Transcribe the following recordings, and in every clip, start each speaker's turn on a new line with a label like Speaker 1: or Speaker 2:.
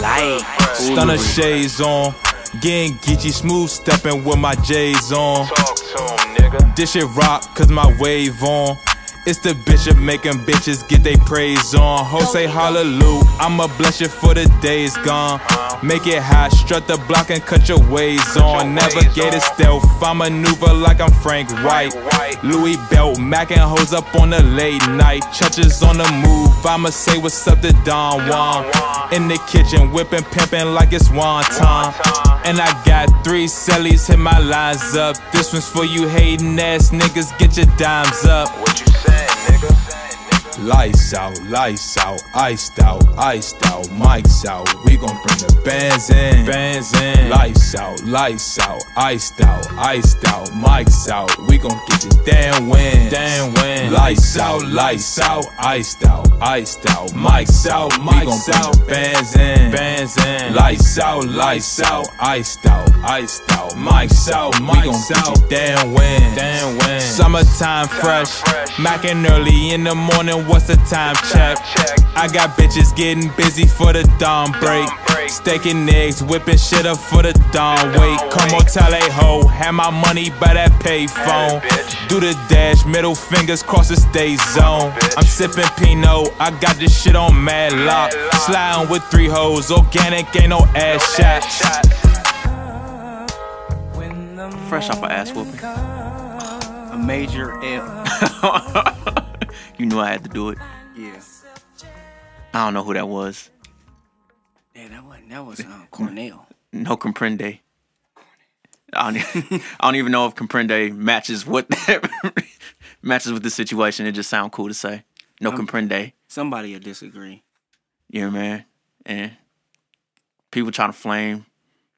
Speaker 1: light.
Speaker 2: Stunner shades on. Getting geeky, smooth stepping with my J's on.
Speaker 3: Talk to him, nigga.
Speaker 2: This shit rock, cause my wave on. It's the bishop making bitches get they praise on. Jose hallelujah, I'ma bless you for the days gone. Make it hot, strut the block and cut your ways on. Navigator stealth, I maneuver like I'm Frank White. Louis belt, Mac and hoes up on the late night. Churches on the move, I'ma say what's up to Don Juan. In the kitchen, whipping, pimping like it's wonton. And I got three cellies, hit my lines up. This one's for you hating ass niggas, get your dimes up.
Speaker 3: What you saying, nigga?
Speaker 2: Lights out, lights out, iced out, iced out, mics out. We gon' bring the bands in, bands in. Lights out, lights out, iced out, iced out, mics out. We gon' get this damn win, damn win. Lights out, lights out, iced out, iced out, mics out. We gon' bring the bands in, bands in. Lights out, lights out, iced out, iced out, mics out. We gon' get this damn win, damn win. Summertime fresh,
Speaker 3: fresh.
Speaker 2: mackin' early in the morning. What's the time check?
Speaker 3: check.
Speaker 2: I got bitches getting busy for the dawn break.
Speaker 3: break.
Speaker 2: Staking eggs, whipping shit up for the dawn
Speaker 3: The
Speaker 2: wait.
Speaker 3: dawn
Speaker 2: Come
Speaker 3: wait.
Speaker 2: on, tally ho, have my money by that payphone.
Speaker 3: Had it, bitch.
Speaker 2: Do the dash, middle fingers cross the stay zone.
Speaker 3: bitch.
Speaker 2: I'm sipping Pinot, I got this shit on mad lock.
Speaker 3: lock.
Speaker 2: Sliding with three hoes, organic, ain't no ass
Speaker 3: That
Speaker 2: shots.
Speaker 3: shot.
Speaker 1: Fresh off a ass whooping. A major L. you knew I had to do it.
Speaker 4: Yeah.
Speaker 1: I don't know who that was.
Speaker 4: Yeah, that was that was um, Cornell.
Speaker 1: No comprende. I don't, e- I don't even know if comprende matches what matches with the situation. It just sound cool to say. No comprende.
Speaker 4: Somebody will disagree.
Speaker 1: Yeah, man. And people trying to flame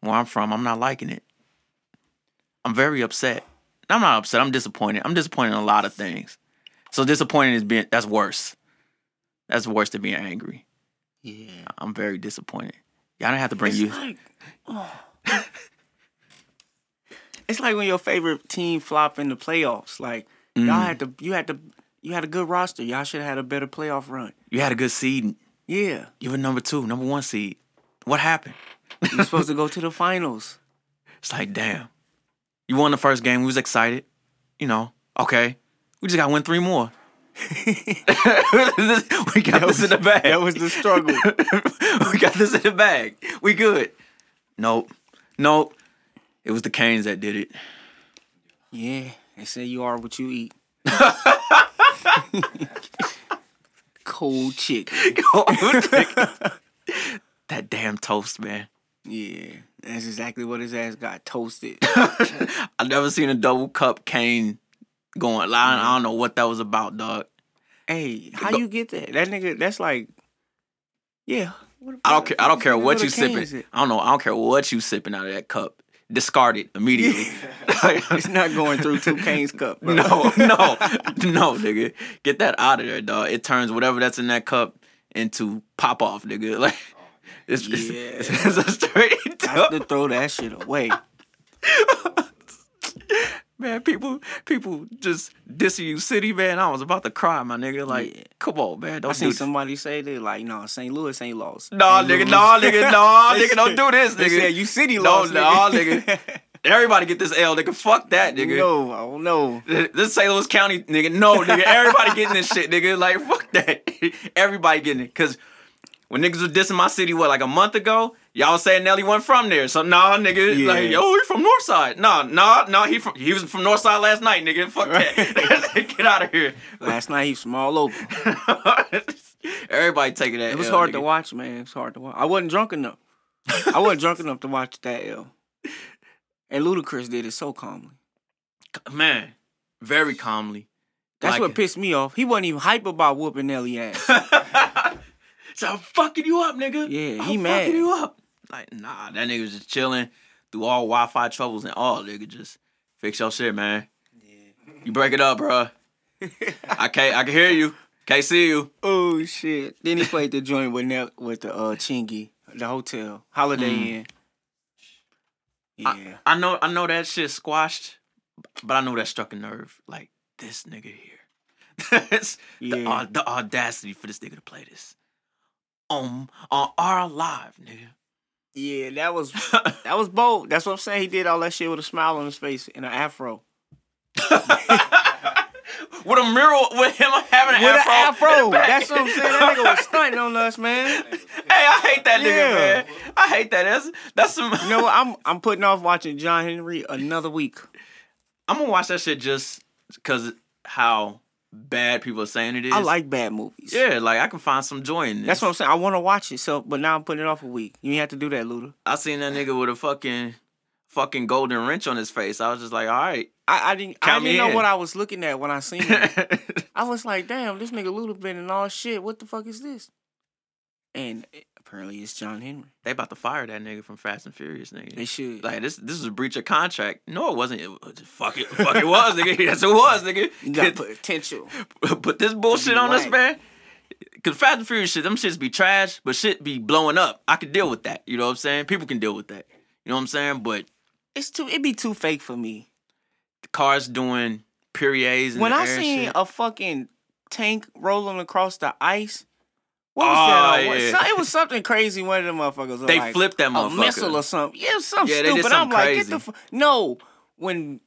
Speaker 1: where I'm from. I'm not liking it. I'm very upset. I'm not upset. I'm disappointed. I'm disappointed in a lot of things. So disappointed is being that's worse. That's worse than being angry.
Speaker 4: Yeah.
Speaker 1: I'm very disappointed. Y'all don't have to bring
Speaker 4: It's
Speaker 1: you.
Speaker 4: like, oh. it's like when your favorite team flop in the playoffs. Like y'all had to, you had to, you had a good roster. Y'all should have had a better playoff run.
Speaker 1: You had a good seed.
Speaker 4: Yeah,
Speaker 1: You were number two, number one seed. What happened?
Speaker 4: you're supposed to go to the finals.
Speaker 1: It's like, damn. You won the first game. We was excited. You know, okay. We just got to win three more. we got this in the bag.
Speaker 4: That was the struggle.
Speaker 1: we got this in the bag. We good. Nope. Nope. It was the Canes that did it.
Speaker 4: yeah, they say you are what you eat. Cold chick.
Speaker 1: that damn toast, man.
Speaker 4: Yeah, that's exactly what his ass got toasted.
Speaker 1: I never seen a double cup cane going. I I don't know what that was about, dog.
Speaker 4: Hey, how you get that? That nigga, that's like, yeah. What
Speaker 1: I don't care. I don't care
Speaker 4: What
Speaker 1: what
Speaker 4: the
Speaker 1: you
Speaker 4: cane is
Speaker 1: sipping.
Speaker 4: it?
Speaker 1: I don't know. I don't care what you sipping out of that cup. Discard it immediately.
Speaker 4: It's not going through two Kane's cup. Bro.
Speaker 1: No, no, no, nigga. Get that out of there, dog. It turns whatever that's in that cup into pop off, nigga. Like it's, it's,
Speaker 4: Yeah.
Speaker 1: it's a straight
Speaker 4: I have to
Speaker 1: dog.
Speaker 4: throw that shit away.
Speaker 1: man. People, people just dissing you, city man. I was about to cry, my nigga. Like,
Speaker 4: Yeah.
Speaker 1: come on, man.
Speaker 4: I
Speaker 1: Don't
Speaker 4: seen
Speaker 1: do some.
Speaker 4: somebody say that, like, no, St. Louis ain't lost.
Speaker 1: Nah,
Speaker 4: St.
Speaker 1: nigga,
Speaker 4: Louis-
Speaker 1: nah, nigga, nah,
Speaker 4: They
Speaker 1: nigga,
Speaker 4: said-
Speaker 1: don't do this,
Speaker 4: they
Speaker 1: nigga.
Speaker 4: said, you city
Speaker 1: No,
Speaker 4: lost.
Speaker 1: nah, nigga. Everybody get this L, nigga. Fuck that, nigga.
Speaker 4: No, I don't know.
Speaker 1: This St. Louis County nigga, no nigga, everybody getting this shit, nigga. Like fuck that, everybody getting it. Cause when niggas was dissing my city, what like a month ago, y'all was saying Nelly wasn't from there. So nah, nigga,
Speaker 4: Yeah.
Speaker 1: like yo, he from Northside. Nah, nah, nah, he from he was from Northside last night, nigga. Fuck that, get out of here.
Speaker 4: Last night he was from all over.
Speaker 1: everybody taking that.
Speaker 4: It was
Speaker 1: L,
Speaker 4: hard
Speaker 1: nigga.
Speaker 4: to watch, man. It was hard to watch. I wasn't drunk enough. I wasn't drunk enough to watch that L. And Ludacris did it so calmly.
Speaker 1: man. Very calmly.
Speaker 4: That's
Speaker 1: Like
Speaker 4: what
Speaker 1: it.
Speaker 4: pissed me off. He wasn't even hype about whooping Nelly ass.
Speaker 1: So I'm fucking you up, nigga.
Speaker 4: Yeah,
Speaker 1: I'm
Speaker 4: he mad.
Speaker 1: fucking you up. Like, nah, that nigga was just chilling through all Wi-Fi troubles and all, nigga. Just fix your shit, man. You break it up, bruh. I can't. I can hear you. Can't see you.
Speaker 4: Oh shit! Then he played the joint with Nel- with the uh, Chingy, the hotel Holiday Inn. Yeah,
Speaker 1: I know. I know that shit squashed, but I know that struck a nerve. Like this nigga here. It's the,
Speaker 4: Yeah.
Speaker 1: au- the audacity for this nigga to play this. on on our live, nigga.
Speaker 4: Yeah, that was that was bold. That's what I'm saying. He did all that shit with a smile on his face and an afro.
Speaker 1: With a mural with him having an
Speaker 4: With an
Speaker 1: afro.
Speaker 4: afro. That's what I'm saying. That nigga was stunting on us, man.
Speaker 1: Hey, I hate that nigga,
Speaker 4: Yeah.
Speaker 1: man. I hate that. That's that's some.
Speaker 4: You know what? I'm I'm putting off watching John Henry another week.
Speaker 1: I'm gonna watch that shit just because how bad people are saying it is.
Speaker 4: I like bad movies.
Speaker 1: Yeah, like I can find some joy in this.
Speaker 4: That's what I'm saying. I want to watch it, so but now I'm putting it off a week. You ain't have to do that, Luda.
Speaker 1: I seen that nigga with a fucking fucking golden wrench on his face. I was just like, all right.
Speaker 4: I, I didn't. I
Speaker 1: Count me
Speaker 4: didn't know
Speaker 1: in.
Speaker 4: what I was looking at when I seen it. I was like, damn, this nigga Luda been in all shit. What the fuck is this? And it- apparently it's John Henry.
Speaker 1: they about to fire that nigga from Fast and Furious, nigga.
Speaker 4: They should.
Speaker 1: Like this, this is a breach of contract. No, it wasn't. It was, fuck it, fuck it was, nigga. Yes, it was, nigga.
Speaker 4: you got potential.
Speaker 1: Put, this bullshit
Speaker 4: be
Speaker 1: on us,
Speaker 4: whack.
Speaker 1: man. Cause Fast and Furious shit, them shits be trash, but shit be blowing up. I can deal with that. You know what I'm saying? People can deal with that. You know what I'm saying? But
Speaker 4: It's too. It'd be too fake for me.
Speaker 1: the cars doing Perrier's and
Speaker 4: when
Speaker 1: the
Speaker 4: I
Speaker 1: air and
Speaker 4: seen uh,
Speaker 1: shit.
Speaker 4: a fucking tank rolling across the ice. What was
Speaker 1: Oh,
Speaker 4: that? on? What-
Speaker 1: yeah.
Speaker 4: so- It was something crazy. One of them motherfuckers. was
Speaker 1: They
Speaker 4: like,
Speaker 1: flipped that
Speaker 4: A missile
Speaker 1: motherfucker.
Speaker 4: or something. Yeah, it was something
Speaker 1: Yeah, they did
Speaker 4: stupid. I'm
Speaker 1: something
Speaker 4: like, get
Speaker 1: crazy.
Speaker 4: the f- no. When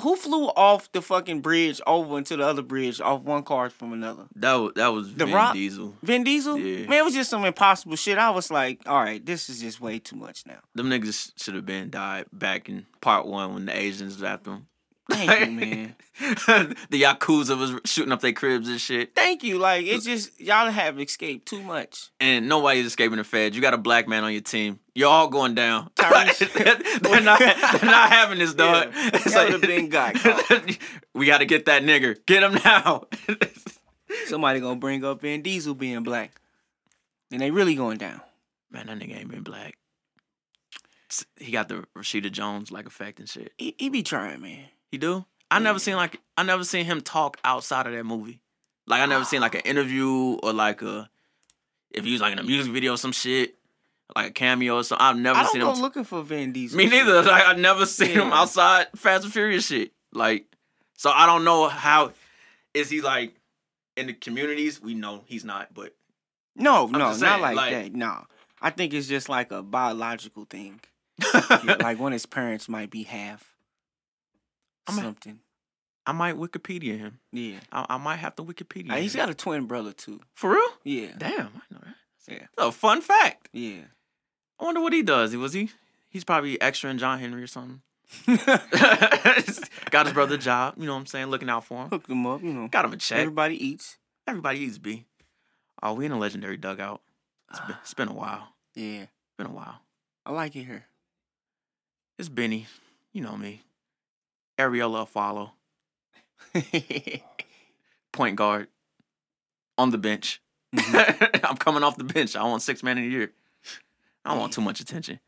Speaker 4: who flew off the fucking bridge over into the other bridge off one car from another?
Speaker 1: that was that was
Speaker 4: The
Speaker 1: Vin
Speaker 4: Rock?
Speaker 1: Diesel.
Speaker 4: Vin Diesel?
Speaker 1: Yeah.
Speaker 4: Man, it was just some impossible shit. I was like, all right, this is just way too much now.
Speaker 1: Them niggas should have been died back in part one when the Asians was after them.
Speaker 4: Thank you, man.
Speaker 1: the Yakuza was shooting up their cribs and shit.
Speaker 4: Thank you. Like, it's just, y'all have escaped too much.
Speaker 1: And nobody's escaping the feds. You got a black man on your team. You're all going down.
Speaker 4: Tyrese.
Speaker 1: they're, not, they're not having this, dog.
Speaker 4: Yeah,
Speaker 1: It's
Speaker 4: that would've been God called.
Speaker 1: we got to get that nigger. Get him now.
Speaker 4: Somebody gonna bring up Vin Diesel being black. And they really going down.
Speaker 1: man, that nigga ain't been black. He got the Rashida Jones like effect and shit.
Speaker 4: He, he be trying, man.
Speaker 1: He do. I never seen like I never seen him talk outside of that movie. Like I never seen like an interview or like a if he was like in a music video or some shit, like a cameo or something. I've never
Speaker 4: I don't
Speaker 1: seen
Speaker 4: go
Speaker 1: him.
Speaker 4: looking for Vin Diesel.
Speaker 1: me neither. Like I've never seen him
Speaker 4: Yeah.
Speaker 1: outside Fast and Furious shit. Like so I don't know how is he like in the communities? We know he's not, but
Speaker 4: No, no,
Speaker 1: just
Speaker 4: not
Speaker 1: saying,
Speaker 4: like,
Speaker 1: like-
Speaker 4: that. No. I think it's just like a biological thing. Yeah, like one of his parents might be half.
Speaker 1: I'm a-
Speaker 4: something.
Speaker 1: I might Wikipedia him.
Speaker 4: Yeah.
Speaker 1: I, I might have to Wikipedia.
Speaker 4: Uh, he's
Speaker 1: him.
Speaker 4: got a twin brother too.
Speaker 1: for real.
Speaker 4: Yeah.
Speaker 1: Damn, I know that.
Speaker 4: Yeah.
Speaker 1: That's a fun fact.
Speaker 4: Yeah.
Speaker 1: I wonder what he does. Was he? He's probably extra in John Henry or something. Got his brother a job. You know what I'm saying? Looking out for him.
Speaker 4: Hook them up, you know.
Speaker 1: Got him a check.
Speaker 4: Everybody eats.
Speaker 1: Everybody eats B. Oh, we in a legendary dugout. It's been, it's been a while.
Speaker 4: Yeah.
Speaker 1: Been a while.
Speaker 4: I like it here.
Speaker 1: It's Benny. You know me. Ariola follow. Point guard. On the bench.
Speaker 4: Mm-hmm.
Speaker 1: I'm coming off the bench. I want six man in the year. I don't want too much attention.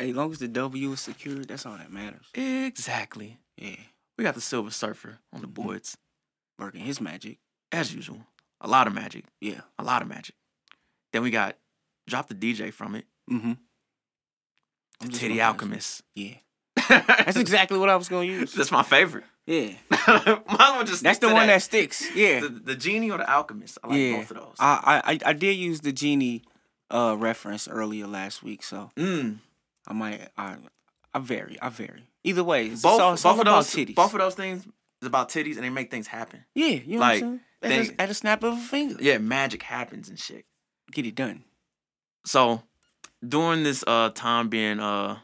Speaker 4: as long as the W is secured, that's all that matters.
Speaker 1: Exactly.
Speaker 4: Yeah.
Speaker 1: We got the Silver Surfer on the
Speaker 4: Mm-hmm.
Speaker 1: boards.
Speaker 4: Working his magic.
Speaker 1: As usual. A lot of magic.
Speaker 4: Yeah.
Speaker 1: a lot of magic. Then we got drop the DJ from it,
Speaker 4: Mm-hmm.
Speaker 1: the Titty Alchemist.
Speaker 4: Yeah.
Speaker 1: that's,
Speaker 4: That's exactly what I was gonna use.
Speaker 1: my favorite.
Speaker 4: Yeah.
Speaker 1: Might as well just
Speaker 4: That's
Speaker 1: stick
Speaker 4: the
Speaker 1: to
Speaker 4: one that
Speaker 1: that.
Speaker 4: sticks. Yeah.
Speaker 1: the, the genie or the alchemist. I like
Speaker 4: yeah. Uh,
Speaker 1: both of those.
Speaker 4: I, I- I I did use the genie uh reference earlier last week, so
Speaker 1: mm,
Speaker 4: I might I I vary. I vary. Either way, it's
Speaker 1: both
Speaker 4: all, it's all
Speaker 1: both of
Speaker 4: about
Speaker 1: those
Speaker 4: titties.
Speaker 1: both of those things is about titties and they make things happen.
Speaker 4: yeah, you know
Speaker 1: like,
Speaker 4: what I'm saying? At a,
Speaker 1: they-
Speaker 4: at a snap of a finger.
Speaker 1: Yeah, magic happens and shit.
Speaker 4: Get it done.
Speaker 1: So during this uh time being uh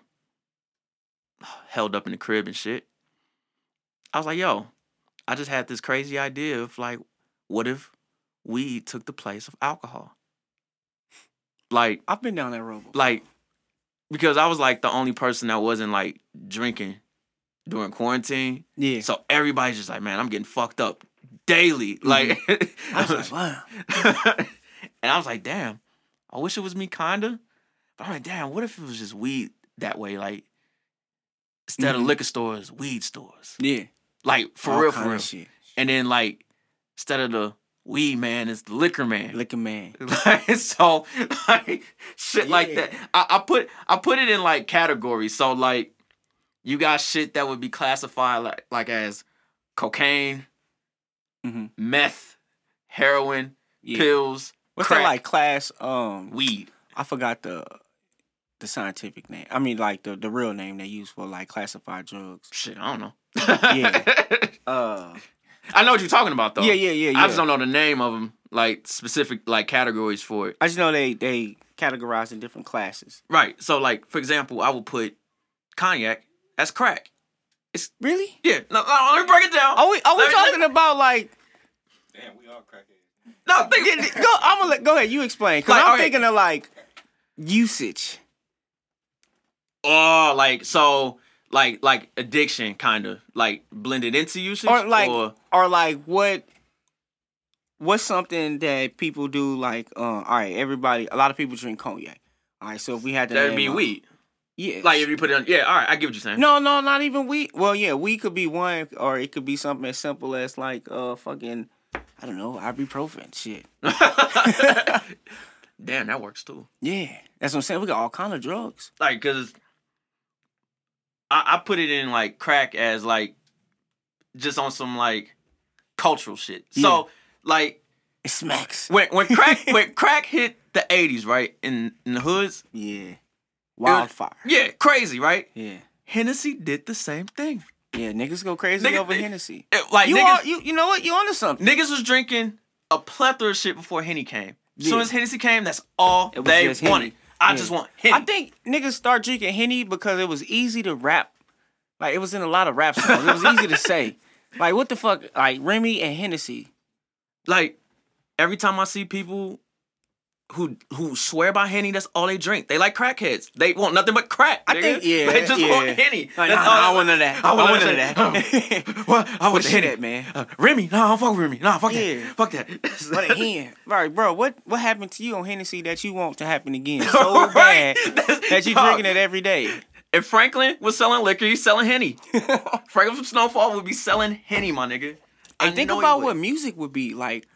Speaker 1: held up in the crib and shit, I was like, yo, I just had this crazy idea of like, what if weed took the place of alcohol? Like,
Speaker 4: I've been down that road. before.
Speaker 1: like, because I was like the only person that wasn't like drinking during quarantine.
Speaker 4: yeah.
Speaker 1: So everybody's just like, man, I'm getting fucked up daily. Like,
Speaker 4: Mm-hmm. I was like, wow.
Speaker 1: and I was like, damn, I wish it was me, kinda. But I'm like, damn, what if it was just weed that way? Like, instead of
Speaker 4: Mhm.
Speaker 1: liquor stores, weed stores.
Speaker 4: Yeah.
Speaker 1: Like, for
Speaker 4: All
Speaker 1: real,
Speaker 4: kind
Speaker 1: for
Speaker 4: of
Speaker 1: real.
Speaker 4: Shit.
Speaker 1: And then, like, instead of the weed man, it's the liquor man.
Speaker 4: Liquor man.
Speaker 1: Like, so, like, shit like
Speaker 4: Yeah.
Speaker 1: that. I, I put I put it in like categories. So, like, you got shit that would be classified like like as cocaine,
Speaker 4: Mhm.
Speaker 1: meth, heroin,
Speaker 4: Yeah.
Speaker 1: pills,
Speaker 4: What's that
Speaker 1: Crack.
Speaker 4: like class? Um,
Speaker 1: Weed.
Speaker 4: I forgot the the scientific name. I mean, like the the real name they use for like classified drugs.
Speaker 1: Shit, I don't know.
Speaker 4: Yeah. Uh,
Speaker 1: I know what you're talking about though.
Speaker 4: Yeah, yeah, yeah,
Speaker 1: I
Speaker 4: yeah.
Speaker 1: just don't know the name of them, like specific like categories for it.
Speaker 4: I just know they they categorize in different classes.
Speaker 1: Right. So like for example, I would put cognac as crack.
Speaker 4: Really?
Speaker 1: Yeah. No, no let me break it down.
Speaker 4: Are we are we
Speaker 1: Let me-
Speaker 4: talking about like?
Speaker 5: Damn, we all crackheads.
Speaker 1: No, think
Speaker 4: Yeah, go, I'm gonna let, go ahead. You explain. Cause
Speaker 1: Like,
Speaker 4: I'm
Speaker 1: alright.
Speaker 4: thinking of like usage.
Speaker 1: Oh, like so, like like addiction, kind of like blended into usage,
Speaker 4: or like or,
Speaker 1: or-
Speaker 4: like what what's something that people do like uh all right everybody a lot of people drink cognac all right so if we had to
Speaker 1: that'd
Speaker 4: name
Speaker 1: be
Speaker 4: a-
Speaker 1: weed.
Speaker 4: yeah
Speaker 1: Like if you put it on, yeah. All right, I get what you're saying.
Speaker 4: no no not even weed well yeah weed could be one or it could be something as simple as like uh fucking i don't know ibuprofen shit
Speaker 1: Damn, that works too.
Speaker 4: yeah that's what i'm saying we got all kind of drugs
Speaker 1: Like, cause I, I put it in like crack as like just on some like cultural shit. So like
Speaker 4: it smacks
Speaker 1: when when crack when crack hit the '80s, right in in the hoods,
Speaker 4: yeah wildfire
Speaker 1: yeah, crazy, right?
Speaker 4: yeah
Speaker 1: Hennessy did the same thing.
Speaker 4: yeah niggas go crazy
Speaker 1: Nigga-
Speaker 4: over hennessy
Speaker 1: It- like
Speaker 4: you,
Speaker 1: niggas,
Speaker 4: are, you you know what you onto something
Speaker 1: Niggas was drinking a plethora of shit before Henny came. As soon
Speaker 4: Yeah.
Speaker 1: as Hennessy came, that's all
Speaker 4: It was
Speaker 1: they
Speaker 4: just Henny.
Speaker 1: wanted. I
Speaker 4: Yeah.
Speaker 1: just want Henny.
Speaker 4: I think niggas start drinking Henny because it was easy to rap. Like it was in a lot of rap songs. It was easy to say. Like what the fuck? Like Remy and Hennessy.
Speaker 1: like every time I see people who who swear by Henny, that's all they drink. They like crackheads. They want nothing but crack.
Speaker 4: I
Speaker 1: nigga.
Speaker 4: think yeah.
Speaker 1: They just
Speaker 4: yeah.
Speaker 1: want Henny.
Speaker 4: Like, nah,
Speaker 1: That's all
Speaker 4: nah, I
Speaker 1: they-
Speaker 4: want none of that.
Speaker 1: I
Speaker 4: I
Speaker 1: want
Speaker 4: want
Speaker 1: none
Speaker 4: none
Speaker 1: of
Speaker 4: of that.
Speaker 1: Well, I want
Speaker 4: What the
Speaker 1: the Henny,
Speaker 4: shit at, man?
Speaker 1: Uh, Remy, no, I don't fuck with Remy. No, fuck
Speaker 4: Yeah.
Speaker 1: that. Fuck that.
Speaker 4: What a hen. Right, bro. What what happened to you on Hennessy that you want to happen again so bad
Speaker 1: That's-
Speaker 4: that you
Speaker 1: dog.
Speaker 4: drinking it every day?
Speaker 1: If Franklin was selling liquor, he's selling Henny. Franklin from Snowfall would be selling Henny, my nigga. I
Speaker 4: And think
Speaker 1: know he
Speaker 4: about
Speaker 1: would.
Speaker 4: what music would be like.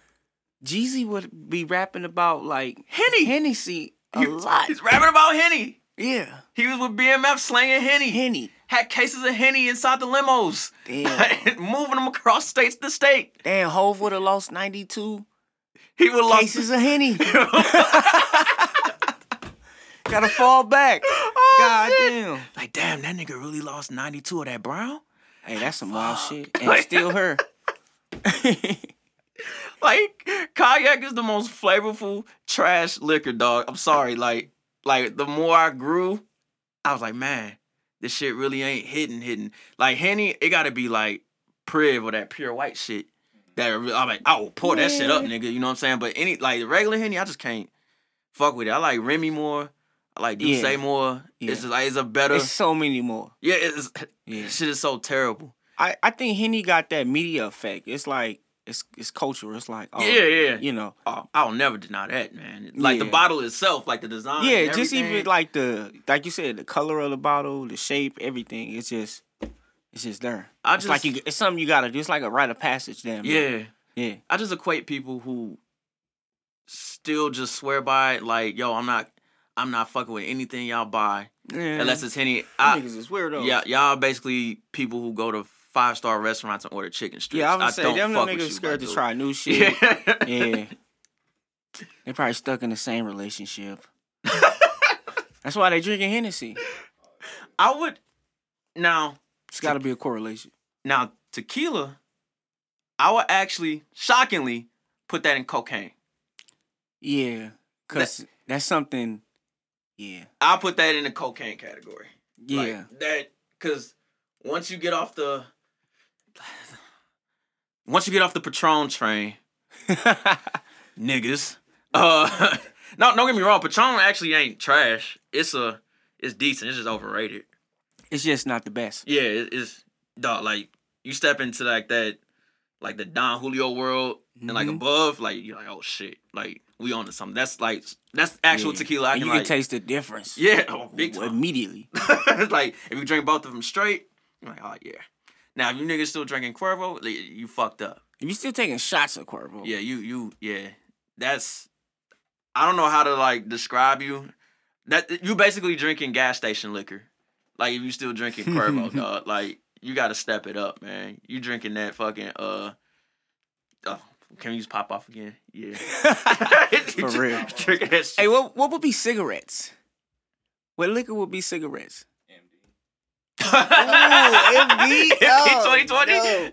Speaker 4: Jeezy would be rapping about like Henny Hennessy a lot.
Speaker 1: He's rapping about Henny.
Speaker 4: Yeah,
Speaker 1: He was with BMF slanging Henny.
Speaker 4: Henny.
Speaker 1: Had cases of Henny inside the limos.
Speaker 4: Damn.
Speaker 1: Moving them across states to state.
Speaker 4: Damn, Hove would have lost 92
Speaker 1: He would lost.
Speaker 4: cases of Henny. Gotta fall back.
Speaker 1: Oh,
Speaker 4: God damn.
Speaker 1: Like, damn, that nigga really lost 92 of that brown?
Speaker 4: Hey, that's some wild shit. And still her.
Speaker 1: Like, cognac is the most flavorful trash liquor, dog. I'm sorry. Like, like the more I grew, I was like, man, this shit really ain't hitting, hitting. Like, Henny, it gotta be like Priv or that pure white shit. That re- I'm like, I will pour that shit up, nigga. You know what I'm saying? But any like regular Henny, I just can't fuck with it. I like Remy more. I like Duce
Speaker 4: Yeah.
Speaker 1: more.
Speaker 4: Yeah.
Speaker 1: It's just like it's a better.
Speaker 4: There's so many more.
Speaker 1: yeah, it's
Speaker 4: Yeah.
Speaker 1: shit is so terrible.
Speaker 4: I, I think Henny got that media effect. It's like, it's it's cultural. It's like, oh,
Speaker 1: Yeah, yeah.
Speaker 4: You know.
Speaker 1: Oh, I'll never deny that, man. Like the
Speaker 4: Yeah.
Speaker 1: bottle itself, like the design.
Speaker 4: Yeah,
Speaker 1: and
Speaker 4: just
Speaker 1: everything.
Speaker 4: even like the, like you said, the color of the bottle, the shape, everything. It's just, it's just there.
Speaker 1: I
Speaker 4: it's like
Speaker 1: just-
Speaker 4: you, it's something you gotta do. It's like a rite of passage, damn. near.
Speaker 1: Yeah,
Speaker 4: Yeah.
Speaker 1: I just equate people who still just swear by it. Like, yo, I'm not, I'm not fucking with anything y'all buy
Speaker 4: Yeah.
Speaker 1: unless it's Henny.
Speaker 4: Them
Speaker 1: I,
Speaker 4: niggas is weirdos.
Speaker 1: yeah, y'all basically people who go to five star restaurants and order chicken strips.
Speaker 4: Yeah, I was
Speaker 1: don't
Speaker 4: gonna say them
Speaker 1: fuck
Speaker 4: little
Speaker 1: with
Speaker 4: niggas
Speaker 1: you,
Speaker 4: scared
Speaker 1: my
Speaker 4: to
Speaker 1: dude.
Speaker 4: try new shit. Yeah.
Speaker 1: Yeah.
Speaker 4: They probably stuck in the same relationship. That's why they drinking Hennessy.
Speaker 1: I would now
Speaker 4: It's gotta be a correlation.
Speaker 1: now tequila. I would actually shockingly put that in cocaine.
Speaker 4: Yeah. Cause that's something Yeah.
Speaker 1: I'll put that in the cocaine category.
Speaker 4: Yeah.
Speaker 1: Like, that because once you get off the once you get off the Patron train, niggas. Uh, no, don't get me wrong. Patron actually ain't trash. It's a, it's decent. It's just overrated.
Speaker 4: it's just not the best.
Speaker 1: Yeah, it, it's dog. Like you step into like that, like the Don Julio world and like
Speaker 4: Mhm.
Speaker 1: above, like you're like, oh shit, like we on to something. That's like that's actual
Speaker 4: Yeah.
Speaker 1: tequila. I
Speaker 4: And
Speaker 1: can,
Speaker 4: you can
Speaker 1: like-
Speaker 4: taste the difference.
Speaker 1: Yeah, oh, big time.
Speaker 4: Immediately.
Speaker 1: It's like if you drink both of them straight, you're like, oh yeah. Now if you niggas still drinking Cuervo, like, you fucked up.
Speaker 4: If you still taking shots of Cuervo.
Speaker 1: Yeah, you you yeah. That's I don't know how to like describe you. That you basically drinking gas station liquor. Like if you still drinking Cuervo, dog. Like you got to step it up, man. You drinking that fucking uh. Oh, Can we use pop off again? Yeah.
Speaker 4: For real.
Speaker 1: Trick ass shit.
Speaker 4: Hey, what what would be cigarettes? What liquor would be cigarettes? MD.
Speaker 1: oh, 2020? no.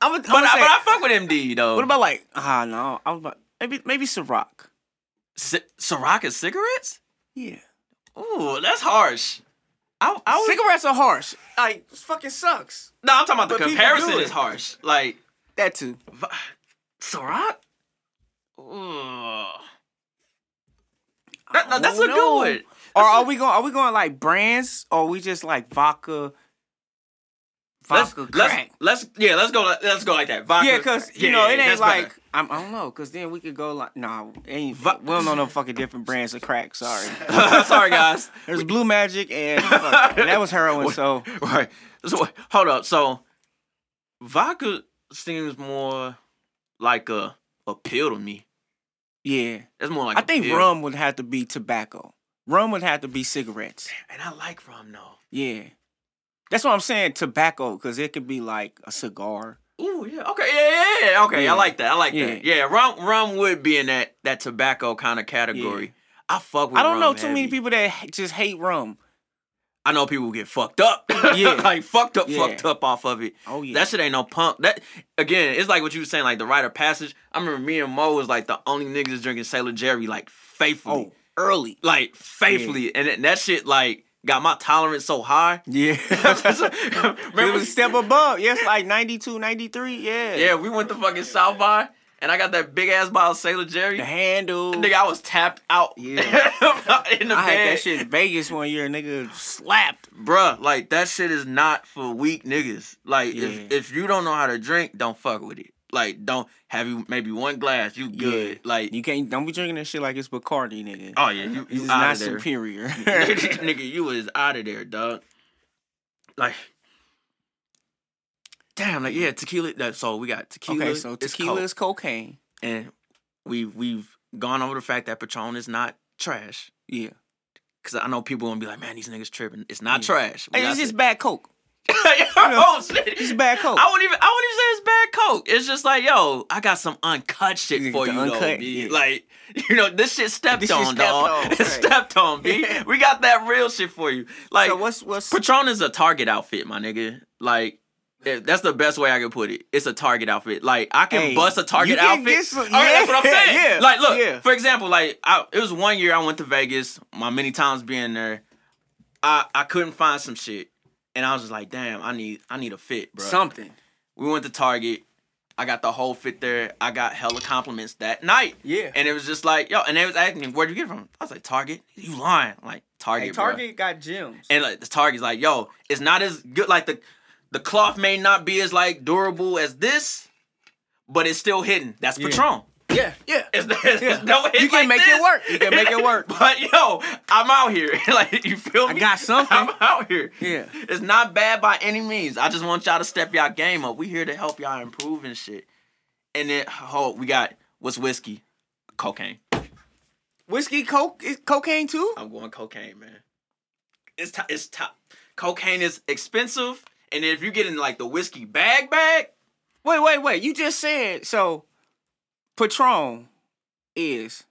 Speaker 4: I'm a,
Speaker 1: But, I, but I fuck with MD though.
Speaker 4: what about like ah no? I was about maybe maybe Ciroc.
Speaker 1: C- Ciroc and cigarettes?
Speaker 4: Yeah.
Speaker 1: Ooh, that's harsh. I, I was,
Speaker 4: Cigarettes are harsh. Like it fucking sucks.
Speaker 1: no, I'm talking about the
Speaker 4: But people
Speaker 1: comparison
Speaker 4: do it.
Speaker 1: is harsh. Like
Speaker 4: That too.
Speaker 1: vi- Ciroc. Ooh. That-
Speaker 4: I
Speaker 1: that's
Speaker 4: don't
Speaker 1: a
Speaker 4: know.
Speaker 1: good one.
Speaker 4: Or are we going? Are we going like brands? Or we just like vodka?
Speaker 1: Let's,
Speaker 4: Vodka
Speaker 1: let's
Speaker 4: crack.
Speaker 1: let's yeah, let's go like- let's go like that. Vodka.
Speaker 4: yeah, cause you
Speaker 1: Yeah,
Speaker 4: know it
Speaker 1: yeah,
Speaker 4: ain't
Speaker 1: that's better.
Speaker 4: like I'm, I don't know. Cause then we could go like nah, it ain't
Speaker 1: Vo-
Speaker 4: we don't know no fucking different brands of crack. Sorry,
Speaker 1: Sorry guys.
Speaker 4: there's Blue Magic and, fuck, and that was heroin. So
Speaker 1: Right. So wait, hold up. So vodka seems more like a a pill to me.
Speaker 4: yeah,
Speaker 1: That's more like
Speaker 4: I
Speaker 1: a
Speaker 4: think
Speaker 1: pill.
Speaker 4: rum would have to be tobacco. Rum would have to be cigarettes.
Speaker 1: And I like rum though.
Speaker 4: Yeah, that's what I'm saying. Tobacco, cause it could be like a cigar.
Speaker 1: Ooh yeah. Okay. Yeah. Yeah. yeah. Okay.
Speaker 4: Yeah.
Speaker 1: I like that. I like
Speaker 4: Yeah.
Speaker 1: that. Yeah. Rum rum would be in that that tobacco kind of category.
Speaker 4: Yeah.
Speaker 1: I fuck with.
Speaker 4: I don't
Speaker 1: rum
Speaker 4: know too many
Speaker 1: heavy.
Speaker 4: people that h- just hate rum.
Speaker 1: I know people get fucked up.
Speaker 4: Yeah.
Speaker 1: like fucked up,
Speaker 4: Yeah.
Speaker 1: fucked up off of it.
Speaker 4: Oh, yeah.
Speaker 1: That shit ain't no punk. That again, it's like what you were saying, like the rite of passage. I remember me and Mo was like the only niggas drinking Sailor Jerry like faithfully.
Speaker 4: Oh, early.
Speaker 1: Like faithfully. And then that shit like got my tolerance so high.
Speaker 4: Yeah. it
Speaker 1: remember
Speaker 4: was a step above. Yes, like 92, 93. Yeah.
Speaker 1: Yeah, we went to fucking South by and I got that big ass bottle of Sailor Jerry.
Speaker 4: The handle.
Speaker 1: Nigga, I was tapped out
Speaker 4: Yeah.
Speaker 1: in the
Speaker 4: I
Speaker 1: bed.
Speaker 4: had that shit in Vegas one year. Nigga slapped.
Speaker 1: Bruh, like that shit is not for weak niggas. Like
Speaker 4: Yeah.
Speaker 1: if, if you don't know how to drink, don't fuck with it. Like don't have you maybe one glass, you good.
Speaker 4: Yeah.
Speaker 1: Like
Speaker 4: You can't, don't be drinking that shit like it's Bacardi, nigga.
Speaker 1: oh yeah, you
Speaker 4: This
Speaker 1: you
Speaker 4: is
Speaker 1: out
Speaker 4: not
Speaker 1: of there,
Speaker 4: superior.
Speaker 1: nigga. You is out of there, dog. Like damn, like yeah, tequila. that- So we got tequila.
Speaker 4: okay, so
Speaker 1: it's
Speaker 4: tequila
Speaker 1: Coke.
Speaker 4: is cocaine.
Speaker 1: and we we've gone over the fact that Patron is not trash.
Speaker 4: Yeah.
Speaker 1: Cause I know people gonna be like, man, these niggas tripping. It's not trash. We
Speaker 4: Hey,
Speaker 1: got
Speaker 4: it's
Speaker 1: to-
Speaker 4: just bad Coke.
Speaker 1: oh shit,
Speaker 4: It's bad Coke.
Speaker 1: I wouldn't even I wouldn't even say it's bad coke. It's just like, yo, I got some uncut shit
Speaker 4: You
Speaker 1: for
Speaker 4: get
Speaker 1: you
Speaker 4: the
Speaker 1: though,
Speaker 4: uncut,
Speaker 1: B.
Speaker 4: yeah.
Speaker 1: Like, you know, this shit stepped
Speaker 4: This shit
Speaker 1: on,
Speaker 4: stepped
Speaker 1: dog.
Speaker 4: on,
Speaker 1: It's
Speaker 4: right.
Speaker 1: stepped on, B.
Speaker 4: Yeah.
Speaker 1: We got that real shit for you. Like
Speaker 4: so what's, what's,
Speaker 1: Patron is a Target outfit, my nigga. Like eh, that's the best way I can put it. It's a Target outfit. Like I can
Speaker 4: Hey,
Speaker 1: bust a Target
Speaker 4: you can
Speaker 1: outfit.
Speaker 4: get some-
Speaker 1: All right, that's what I'm
Speaker 4: yeah,
Speaker 1: saying.
Speaker 4: yeah,
Speaker 1: like, look,
Speaker 4: yeah.
Speaker 1: for example, like I, it was one year I went to Vegas. My many times being there, I I couldn't find some shit, and I was just like, damn, I need I need a fit, bro.
Speaker 4: something?
Speaker 1: We went to Target. I got the whole fit there. I got hella compliments that night.
Speaker 4: Yeah.
Speaker 1: And it was just like, yo, and they was asking me, where'd you get it from? I was like, Target. You lying. I'm like, Target.
Speaker 4: Hey,
Speaker 1: bro.
Speaker 4: Target got gems.
Speaker 1: And like the target's like, yo, it's not as good. Like the the cloth may not be as like durable as this, but it's still hidden. That's Patron.
Speaker 4: yeah, yeah.
Speaker 1: It's, it's, it's no, it's
Speaker 4: You can
Speaker 1: like
Speaker 4: make
Speaker 1: this.
Speaker 4: it work. You can make it work.
Speaker 1: But yo, I'm out here. like you feel me?
Speaker 4: I got something.
Speaker 1: I'm out here.
Speaker 4: Yeah.
Speaker 1: It's not bad by any means. I just want y'all to step y'all game up. We here to help y'all improve and shit. And then oh, we got what's whiskey? Cocaine.
Speaker 4: Whiskey, Coke, is cocaine too?
Speaker 1: I'm going cocaine, man. It's top. It's top. Cocaine is expensive, and if you get in like the whiskey bag bag,
Speaker 4: Wait, wait, wait. You just said so Patron is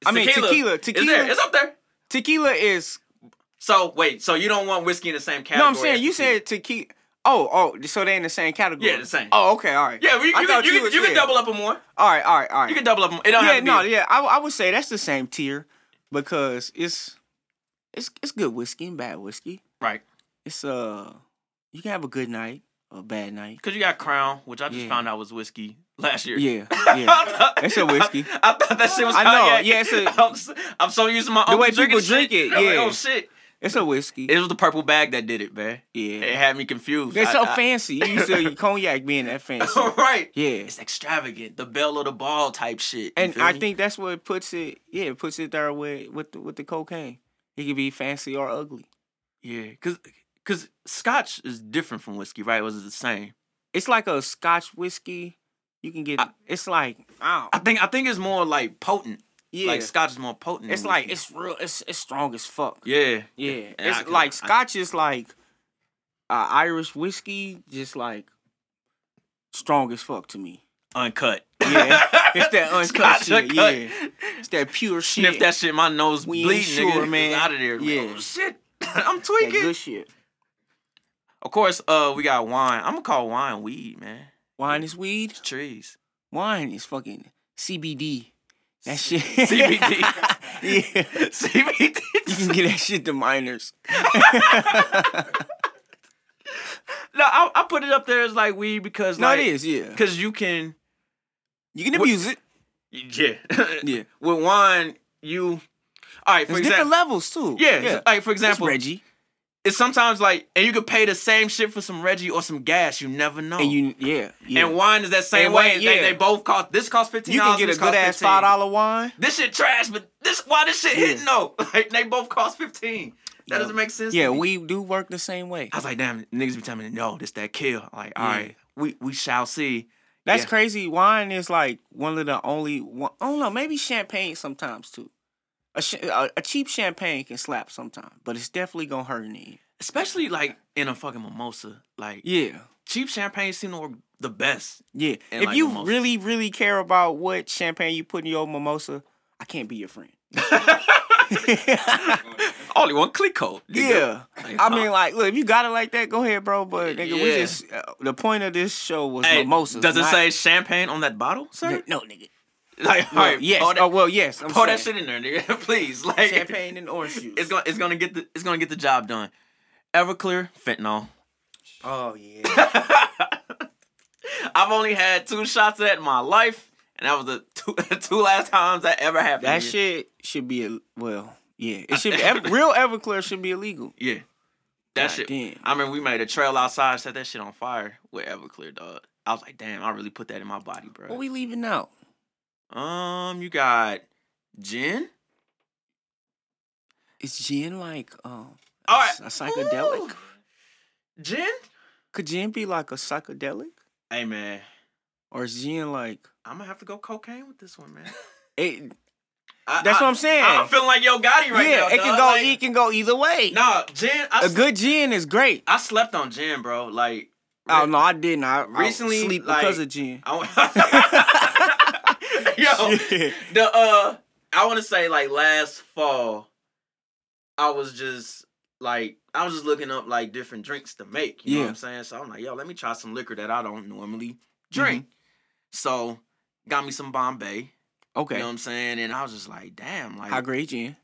Speaker 1: it's
Speaker 4: I mean, tequila,
Speaker 1: It's,
Speaker 4: tequila.
Speaker 1: there. it's up there.
Speaker 4: tequila is
Speaker 1: So wait, so you don't want whiskey in the same category?
Speaker 4: No, I'm saying
Speaker 1: as
Speaker 4: you
Speaker 1: tequila.
Speaker 4: said tequila Oh, oh, so they in the same category.
Speaker 1: Yeah, the same.
Speaker 4: Oh, okay, all right.
Speaker 1: Yeah, we, you,
Speaker 4: I
Speaker 1: can,
Speaker 4: thought
Speaker 1: you, can,
Speaker 4: was-
Speaker 1: you can
Speaker 4: yeah.
Speaker 1: double up on more.
Speaker 4: All right, all right, all right.
Speaker 1: You can double up on. It don't
Speaker 4: yeah,
Speaker 1: have to
Speaker 4: no,
Speaker 1: be.
Speaker 4: yeah. I, I would say that's the same tier because it's it's it's good whiskey and bad whiskey.
Speaker 1: Right.
Speaker 4: It's uh you can have a good night or a bad night.
Speaker 1: Cause you got Crown, which I just
Speaker 4: Yeah.
Speaker 1: found out was whiskey last year.
Speaker 4: Yeah, yeah. It's a whiskey.
Speaker 1: I thought that shit was.
Speaker 4: I know,
Speaker 1: Cognac.
Speaker 4: yeah, it's a-
Speaker 1: I'm, s- I'm so used to my
Speaker 4: The way
Speaker 1: own drinking
Speaker 4: people drink
Speaker 1: shit.
Speaker 4: it,
Speaker 1: I'm like,
Speaker 4: yeah.
Speaker 1: oh shit!
Speaker 4: It's a whiskey.
Speaker 1: It was the purple bag that did it, man.
Speaker 4: Yeah.
Speaker 1: It had me confused.
Speaker 4: They're
Speaker 1: I-
Speaker 4: so
Speaker 1: I-
Speaker 4: fancy. You used to cognac being that fancy.
Speaker 1: right.
Speaker 4: Yeah.
Speaker 1: It's extravagant, the bell of the ball type shit. you
Speaker 4: And
Speaker 1: feel
Speaker 4: I
Speaker 1: me?
Speaker 4: think that's what puts it, yeah, it puts it there with with the, with the cocaine. It could be fancy or ugly.
Speaker 1: yeah, cause cause Scotch is different from whiskey, right? Was it the same?
Speaker 4: It's like a Scotch whiskey. You can get.
Speaker 1: I-
Speaker 4: it's like, oh,
Speaker 1: I think I think it's more like potent.
Speaker 4: yeah.
Speaker 1: Like Scotch is more potent.
Speaker 4: it's
Speaker 1: than
Speaker 4: like
Speaker 1: whiskey.
Speaker 4: it's real. It's it's strong as fuck.
Speaker 1: yeah,
Speaker 4: Yeah.
Speaker 1: And
Speaker 4: It's
Speaker 1: I can-
Speaker 4: like
Speaker 1: I-
Speaker 4: Scotch is like uh, Irish whiskey, just like strong as fuck to me.
Speaker 1: uncut.
Speaker 4: Yeah, it's that uncut
Speaker 1: Scotch
Speaker 4: shit.
Speaker 1: uncut.
Speaker 4: Yeah, it's that pure shit.
Speaker 1: Sniff that shit, my nose
Speaker 4: We ain't
Speaker 1: bleeding,
Speaker 4: sure,
Speaker 1: nigga.
Speaker 4: man.
Speaker 1: Out of there. Like,
Speaker 4: Yeah.
Speaker 1: oh, shit. I'm
Speaker 4: That
Speaker 1: tweaking.
Speaker 4: good shit.
Speaker 1: Of course, uh, we got wine. I'm gonna call wine weed, man.
Speaker 4: Wine is weed.
Speaker 1: Trees.
Speaker 4: Wine is fucking CBD. That shit.
Speaker 1: CBD.
Speaker 4: yeah.
Speaker 1: CBD.
Speaker 4: You can get that shit to minors.
Speaker 1: No, I, I put it up there as like weed because
Speaker 4: No,
Speaker 1: like,
Speaker 4: it is. Yeah.
Speaker 1: because you can
Speaker 4: You can abuse it.
Speaker 1: yeah
Speaker 4: Yeah.
Speaker 1: with wine you all right for
Speaker 4: There's
Speaker 1: example
Speaker 4: different levels too.
Speaker 1: yeah, like for
Speaker 4: It's
Speaker 1: example
Speaker 4: Reggie.
Speaker 1: it's sometimes like and you could pay the same shit for some Reggie or some gas you never know
Speaker 4: And you, yeah, yeah.
Speaker 1: um, and wine is that same
Speaker 4: And
Speaker 1: way
Speaker 4: wine-
Speaker 1: they,
Speaker 4: yeah.
Speaker 1: they both cost this cost fifteen
Speaker 4: you can get a
Speaker 1: this
Speaker 4: good
Speaker 1: cost
Speaker 4: ass
Speaker 1: 15.
Speaker 4: five dollar wine.
Speaker 1: this shit trash but this why this shit
Speaker 4: Yeah.
Speaker 1: hitting though like they both cost fifteen that
Speaker 4: Yeah.
Speaker 1: doesn't make sense to
Speaker 4: Yeah,
Speaker 1: me.
Speaker 4: we do work the same way.
Speaker 1: I was like damn niggas be telling me no this that kill I'm like all
Speaker 4: Yeah.
Speaker 1: right we we shall see
Speaker 4: That's
Speaker 1: Yeah.
Speaker 4: crazy. Wine is like one of the only. One, I don't know. Maybe champagne sometimes too. A, sh- a, a cheap champagne can slap sometimes, but it's definitely gonna hurt in the end.
Speaker 1: especially like in a fucking mimosa like
Speaker 4: Yeah,
Speaker 1: cheap champagne seem to work the best.
Speaker 4: yeah.
Speaker 1: And
Speaker 4: if
Speaker 1: like
Speaker 4: you
Speaker 1: mimosa.
Speaker 4: really, really care about what champagne you put in your mimosa, I can't be your friend.
Speaker 1: Only one click code.
Speaker 4: Yeah,
Speaker 1: Like,
Speaker 4: I
Speaker 1: huh?
Speaker 4: mean, like, look, if you got it like that, go ahead, bro. But nigga, we
Speaker 1: Yeah.
Speaker 4: just uh, the point of this show was
Speaker 1: Hey,
Speaker 4: mimosas.
Speaker 1: does it
Speaker 4: not-
Speaker 1: say champagne on that bottle, sir?
Speaker 4: no, nigga?
Speaker 1: Like, all
Speaker 4: Well,
Speaker 1: right,
Speaker 4: yes.
Speaker 1: pour that,
Speaker 4: oh well, yes. I'm
Speaker 1: pour that
Speaker 4: saying.
Speaker 1: shit in there, nigga. Please, like,
Speaker 4: Champagne and orange juice.
Speaker 1: It's gonna, it's gonna get the, it's gonna get the job done. Everclear fentanyl.
Speaker 4: oh yeah.
Speaker 1: I've only had two shots of that in my life, and that was the two, two last times that ever happened.
Speaker 4: That
Speaker 1: nigga.
Speaker 4: shit should be a, well, yeah. It should be ev- real Everclear should be illegal.
Speaker 1: Yeah.
Speaker 4: God
Speaker 1: That shit.
Speaker 4: damn.
Speaker 1: I mean, we made a trail outside, set that shit on fire with Everclear, dog. I was like, damn, I really put that in my body, bro.
Speaker 4: What we leaving out?
Speaker 1: Um, you got gin.
Speaker 4: Is gin like um a,
Speaker 1: All right.
Speaker 4: s- a psychedelic?
Speaker 1: Ooh. Gin?
Speaker 4: Could gin be like a psychedelic,
Speaker 1: Hey man,
Speaker 4: or is gin like?
Speaker 1: I'm gonna have to go cocaine with this one, man.
Speaker 4: It,
Speaker 1: I-
Speaker 4: That's
Speaker 1: I-
Speaker 4: what I'm saying.
Speaker 1: I'm feeling like Yo Gotti right
Speaker 4: yeah,
Speaker 1: now.
Speaker 4: it can
Speaker 1: dog.
Speaker 4: go.
Speaker 1: Like,
Speaker 4: it can go either way.
Speaker 1: Nah, gin. I,
Speaker 4: a
Speaker 1: s-
Speaker 4: good gin is great.
Speaker 1: I slept on gin, bro. Like.
Speaker 4: Oh no, I didn't. I recently
Speaker 1: Recently,
Speaker 4: I sleep because
Speaker 1: like-
Speaker 4: of gin.
Speaker 1: I w- Yo,
Speaker 4: Shit.
Speaker 1: the uh, I want to say like last fall, I was just like I was just looking up like different drinks to make. You know
Speaker 4: Yeah.
Speaker 1: what I'm saying? So I'm like, yo, let me try some liquor that I don't normally
Speaker 4: Mm-hmm.
Speaker 1: drink. So got me some Bombay.
Speaker 4: Okay,
Speaker 1: You know what I'm saying? And I was just like, damn, like
Speaker 4: high grade gin.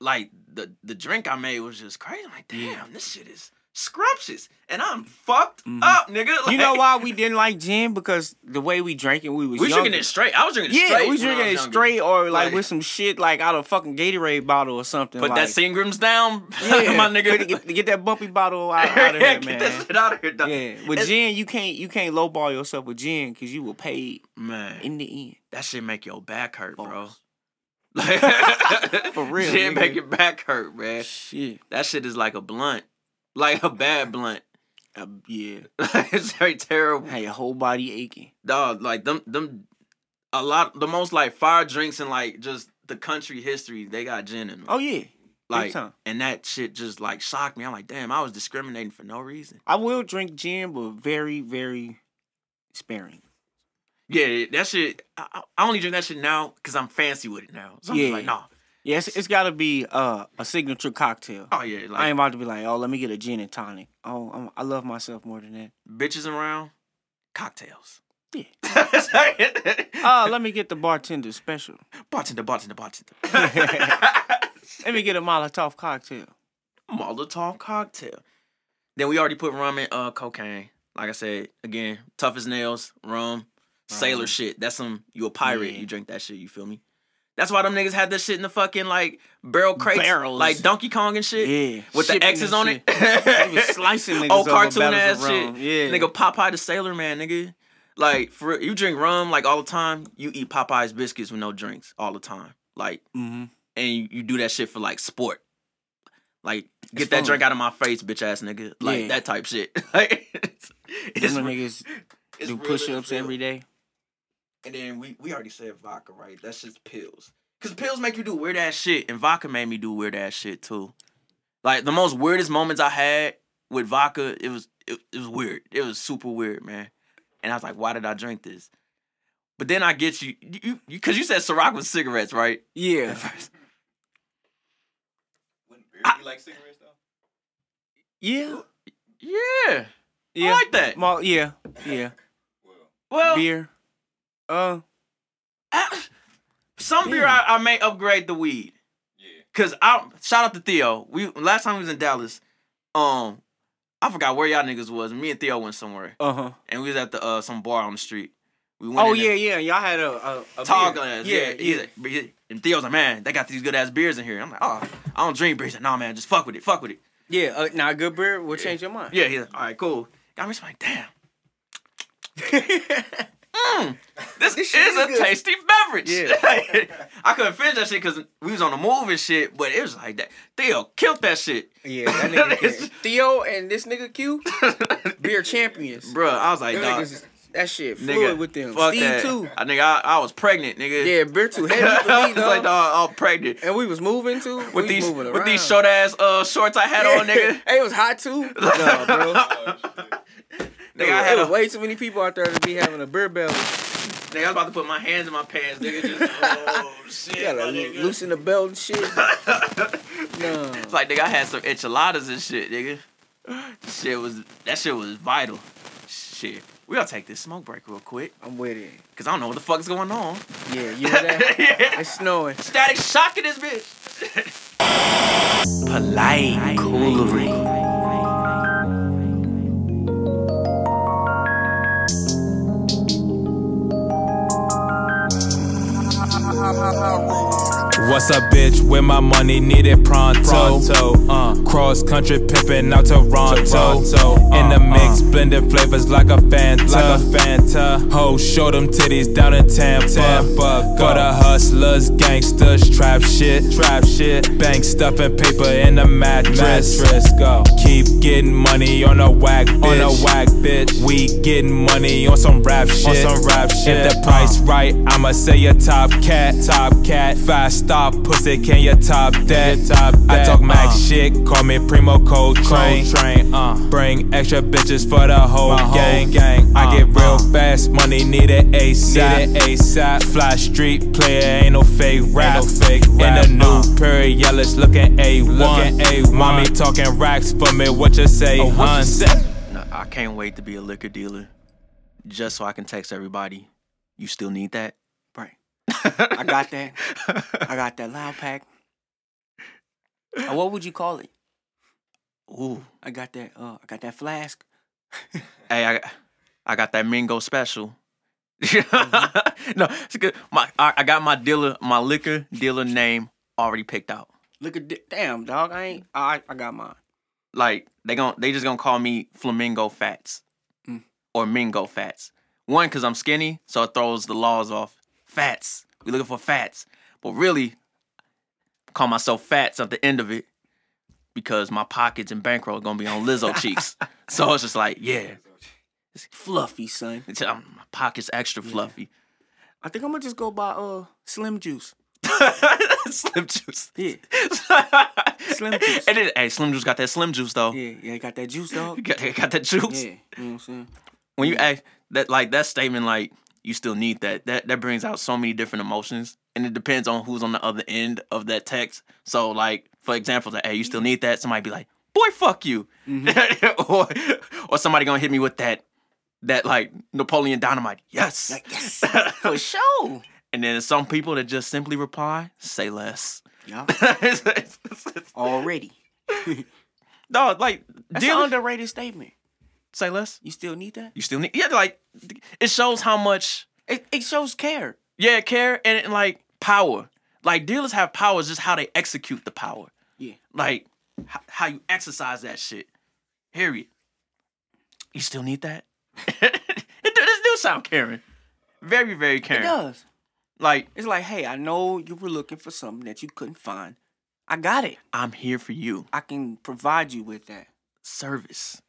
Speaker 1: like the the drink I made was just crazy. I'm like, damn,
Speaker 4: Yeah.
Speaker 1: this shit is scrumptious. And I'm fucked
Speaker 4: Mhm.
Speaker 1: up, nigga.
Speaker 4: You know
Speaker 1: Like,
Speaker 4: why we didn't like gin? Because the way we drank it, we was
Speaker 1: We
Speaker 4: younger.
Speaker 1: drinking it straight. I was drinking it
Speaker 4: Yeah,
Speaker 1: straight.
Speaker 4: we
Speaker 1: when I
Speaker 4: drinking
Speaker 1: was
Speaker 4: it
Speaker 1: younger.
Speaker 4: straight or like,
Speaker 1: Like-
Speaker 4: with some shit like out of fucking Gatorade bottle or something.
Speaker 1: Put
Speaker 4: like,
Speaker 1: that Seagram's down,
Speaker 4: yeah,
Speaker 1: my nigga.
Speaker 4: Get, get- get that bumpy bottle out, out of here,
Speaker 1: Get
Speaker 4: man.
Speaker 1: that shit out of here, dog.
Speaker 4: Yeah, with
Speaker 1: It's-
Speaker 4: gin you can't you can't lowball yourself with gin because you will pay
Speaker 1: Man,
Speaker 4: in the end.
Speaker 1: that shit make your back hurt, bro.
Speaker 4: Balls.
Speaker 1: For
Speaker 4: real,
Speaker 1: shit
Speaker 4: nigga.
Speaker 1: make your back hurt, man.
Speaker 4: Shit,
Speaker 1: That shit is like a blunt, like a bad blunt.
Speaker 4: Uh, yeah,
Speaker 1: it's very terrible.
Speaker 4: had your whole body aching.
Speaker 1: dog, like them them a lot the most like fire drinks in like just the country history, they got gin in them.
Speaker 4: Oh yeah,
Speaker 1: like
Speaker 4: time.
Speaker 1: and that shit just like shocked me. I'm like, damn, I was discriminating for no reason.
Speaker 4: I will drink gin, but very very sparing.
Speaker 1: Yeah, that shit I, I- I only drink that shit now because I'm fancy with it now. So I'm
Speaker 4: Yeah.
Speaker 1: just like, nah.
Speaker 4: Yes, it's got to be uh, a signature cocktail.
Speaker 1: Oh yeah, like
Speaker 4: I ain't about to be like, oh, let me get a gin and tonic. Oh, I'm, I love myself more than that.
Speaker 1: bitches around, cocktails.
Speaker 4: Yeah.
Speaker 1: uh,
Speaker 4: Oh, let me get the bartender special.
Speaker 1: bartender, bartender, bartender.
Speaker 4: Let me get a Molotov cocktail.
Speaker 1: Molotov cocktail. Then we already put rum and uh cocaine. Like I said, again, tough as nails, rum, sailor shit. That's some you a pirate,
Speaker 4: Yeah.
Speaker 1: you drink that shit, you feel me? That's why them niggas had that shit in the fucking like barrel crates.
Speaker 4: Barrels.
Speaker 1: Like Donkey Kong and shit.
Speaker 4: Yeah,
Speaker 1: With
Speaker 4: shipping
Speaker 1: the X's
Speaker 4: that
Speaker 1: on
Speaker 4: shit.
Speaker 1: it.
Speaker 4: They was slicing niggas
Speaker 1: Old
Speaker 4: over
Speaker 1: cartoon
Speaker 4: barrels
Speaker 1: ass
Speaker 4: of
Speaker 1: Oh, shit.
Speaker 4: rum. Yeah.
Speaker 1: Nigga Popeye the Sailor Man, nigga. Like for real, you drink rum like all the time, you eat Popeye's biscuits with no drinks all the time. Like
Speaker 4: Mm-hmm.
Speaker 1: and you, you do that shit for like sport. Like get
Speaker 4: It's
Speaker 1: that
Speaker 4: fun.
Speaker 1: drink out of my face, bitch ass nigga. Like
Speaker 4: Yeah.
Speaker 1: that type shit. Like it's, it's,
Speaker 4: Them
Speaker 1: re-
Speaker 4: niggas
Speaker 1: it's
Speaker 4: do
Speaker 1: real,
Speaker 4: push ups
Speaker 1: it's real.
Speaker 4: every day.
Speaker 1: And then we we already said vodka, right? That's just pills. Cause pills make you do weird ass shit, and vodka made me do weird ass shit too. Like the most weirdest moments I had with vodka, it was it, it was weird. It was super weird, man. And I was like, why did I drink this? But then I get you, you, because you, said Ciroc was cigarettes, right?
Speaker 4: Yeah.
Speaker 5: Wouldn't beer be like cigarettes though?
Speaker 4: Yeah.
Speaker 1: Yeah,
Speaker 4: Yeah.
Speaker 1: Oh, I Oh. like that.
Speaker 4: Mal- yeah. Yeah.
Speaker 5: Well,
Speaker 1: Well,
Speaker 4: Beer. Uh,
Speaker 1: I- some beer I, I may upgrade the weed.
Speaker 5: yeah.
Speaker 1: Cause I shout out to Theo. We last time we was in Dallas, um, I forgot where y'all niggas was. Me and Theo went somewhere,
Speaker 4: uh huh.
Speaker 1: and we was at the uh some bar on the street. We went.
Speaker 4: Oh,
Speaker 1: in there-
Speaker 4: yeah, yeah. Y'all had a, a, a
Speaker 1: tall
Speaker 4: beer.
Speaker 1: glass. Yeah, he's like, but he- and Theo's like, man, they got these good ass beers in here. I'm like, oh, I don't drink beers. He's like, nah, man, just fuck with it, fuck with it.
Speaker 4: Yeah, uh, now a good beer will change your mind.
Speaker 1: Yeah, he's like, all right, cool. Got me some like, damn, this,
Speaker 4: shit
Speaker 1: is a
Speaker 4: is good.
Speaker 1: tasty beverage.
Speaker 4: Yeah.
Speaker 1: I couldn't finish that shit because we was on the move and shit, but it was like that. Theo killed that shit,
Speaker 4: Yeah, that nigga. yeah. Theo and this nigga Q, beer champions.
Speaker 1: Bruh, I was like,
Speaker 4: Them
Speaker 1: nah,
Speaker 4: niggas is- that shit
Speaker 1: nigga,
Speaker 4: fluid with them.
Speaker 1: Fuck
Speaker 4: Steve
Speaker 1: that.
Speaker 4: too.
Speaker 1: I think I, I was pregnant, nigga.
Speaker 4: Yeah, beer too heavy
Speaker 1: I
Speaker 4: for me,
Speaker 1: was like,
Speaker 4: dog.
Speaker 1: dog, all pregnant.
Speaker 4: And we was moving too. we
Speaker 1: With
Speaker 4: was
Speaker 1: these,
Speaker 4: moving
Speaker 1: with these
Speaker 4: around.
Speaker 1: short ass uh, shorts I had on, nigga.
Speaker 4: Hey, it was hot too. No, bro.
Speaker 1: Nigga, I had
Speaker 4: There
Speaker 1: a
Speaker 4: was way too many people out there to be having a beer belly.
Speaker 1: Nigga, I was about to put my hands in my pants, nigga. Just, oh, shit,
Speaker 4: You gotta
Speaker 1: my nigga.
Speaker 4: loosen the belt and shit. no.
Speaker 1: It's like, nigga, I had some enchiladas and shit, nigga. Shit was, that shit was vital. Shit. We gonna take this smoke break real quick,
Speaker 4: I'm with it.
Speaker 1: because I don't know what the fuck is going on.
Speaker 4: Yeah, you know that?
Speaker 1: Yeah.
Speaker 4: It's snowing.
Speaker 1: Static shocking this bitch. Polite coolery.
Speaker 2: What's up, bitch? With my money needed pronto. Uh, Cross country pimpin' out Toronto. In the mix, blending flavors like a Fanta. Like a Fanta. Ho, show them titties down in Tampa. Tampa. Go to hustlers, gangsters, trap shit. Trap shit. Bank stuffing paper in the mattress. mattress go. Keep getting money on a whack bitch. On a whack bitch. We getting money on some rap shit. On some rap shit. Uh. If the price right, I'ma say you top cat. Top cat. Five star pussy, can you top that? top I talk Mac shit, call me Primo Cold Train. train Bring extra bitches for the whole gang. gang. I get real fast, money needed ASAP. Need ASAP. Fly street player, ain't no fake rap. In the new Perry yellows looking A1. Looking A1. Mommy talking racks for me, what you say, oh, hun?
Speaker 1: No, I can't wait to be a liquor dealer, just so I can text everybody. You still need that?
Speaker 4: Right. I got that. I got that loud pack. Uh, what would you call it?
Speaker 1: Ooh.
Speaker 4: I got that. Uh, I got that flask.
Speaker 1: hey, I, got- I got that Mingo special. no, it's good. My, I, I got my dealer, my liquor dealer name already picked out.
Speaker 4: Look at thi- damn dog. I ain't. I I got mine.
Speaker 1: Like they gon' they just gonna call me Flamingo Fats
Speaker 4: Mm.
Speaker 1: or Mingo Fats. One, cause I'm skinny, so it throws the laws off. Fats, we looking for fats, but really, call myself Fats at the end of it because my pockets and bankroll are gonna be on Lizzo cheeks. So it's just like, yeah,
Speaker 4: Fluffy son.
Speaker 1: it's, um, my pockets extra fluffy.
Speaker 4: I think I'm gonna just go buy uh Slim Juice.
Speaker 1: Slim juice.
Speaker 4: Yeah.
Speaker 1: Slim
Speaker 4: Juice.
Speaker 1: And then, hey, Slim Juice got that Slim Juice though.
Speaker 4: Yeah. Yeah. Got that juice dog.
Speaker 1: Got, got that juice.
Speaker 4: Yeah. You know what I'm saying?
Speaker 1: When you ask that, like that statement, like you still need that. That that brings out so many different emotions, and it depends on who's on the other end of that text. So, like for example, that hey, you still need that. Somebody be like, boy, fuck you, or or somebody gonna hit me with that. That like Napoleon Dynamite, yes.
Speaker 4: Yes. For sure.
Speaker 1: And then some people that just simply reply, say less.
Speaker 4: Yeah.
Speaker 1: no,
Speaker 4: Already.
Speaker 1: like
Speaker 4: That's
Speaker 1: deal
Speaker 4: an underrated statement.
Speaker 1: say less.
Speaker 4: You still need that?
Speaker 1: You still need yeah, like it shows how much
Speaker 4: It, it shows care.
Speaker 1: yeah care and, and, like power. Like dealers have power, it's just how they execute the power.
Speaker 4: Yeah.
Speaker 1: Like h- how you exercise that shit. Period. You still need that. it do, this do sound caring, very very
Speaker 4: It
Speaker 1: caring.
Speaker 4: does.
Speaker 1: Like
Speaker 4: It's like, hey, I know you were looking for something that you couldn't find. I got it.
Speaker 1: I'm here for you.
Speaker 4: I can provide you with that.
Speaker 1: service.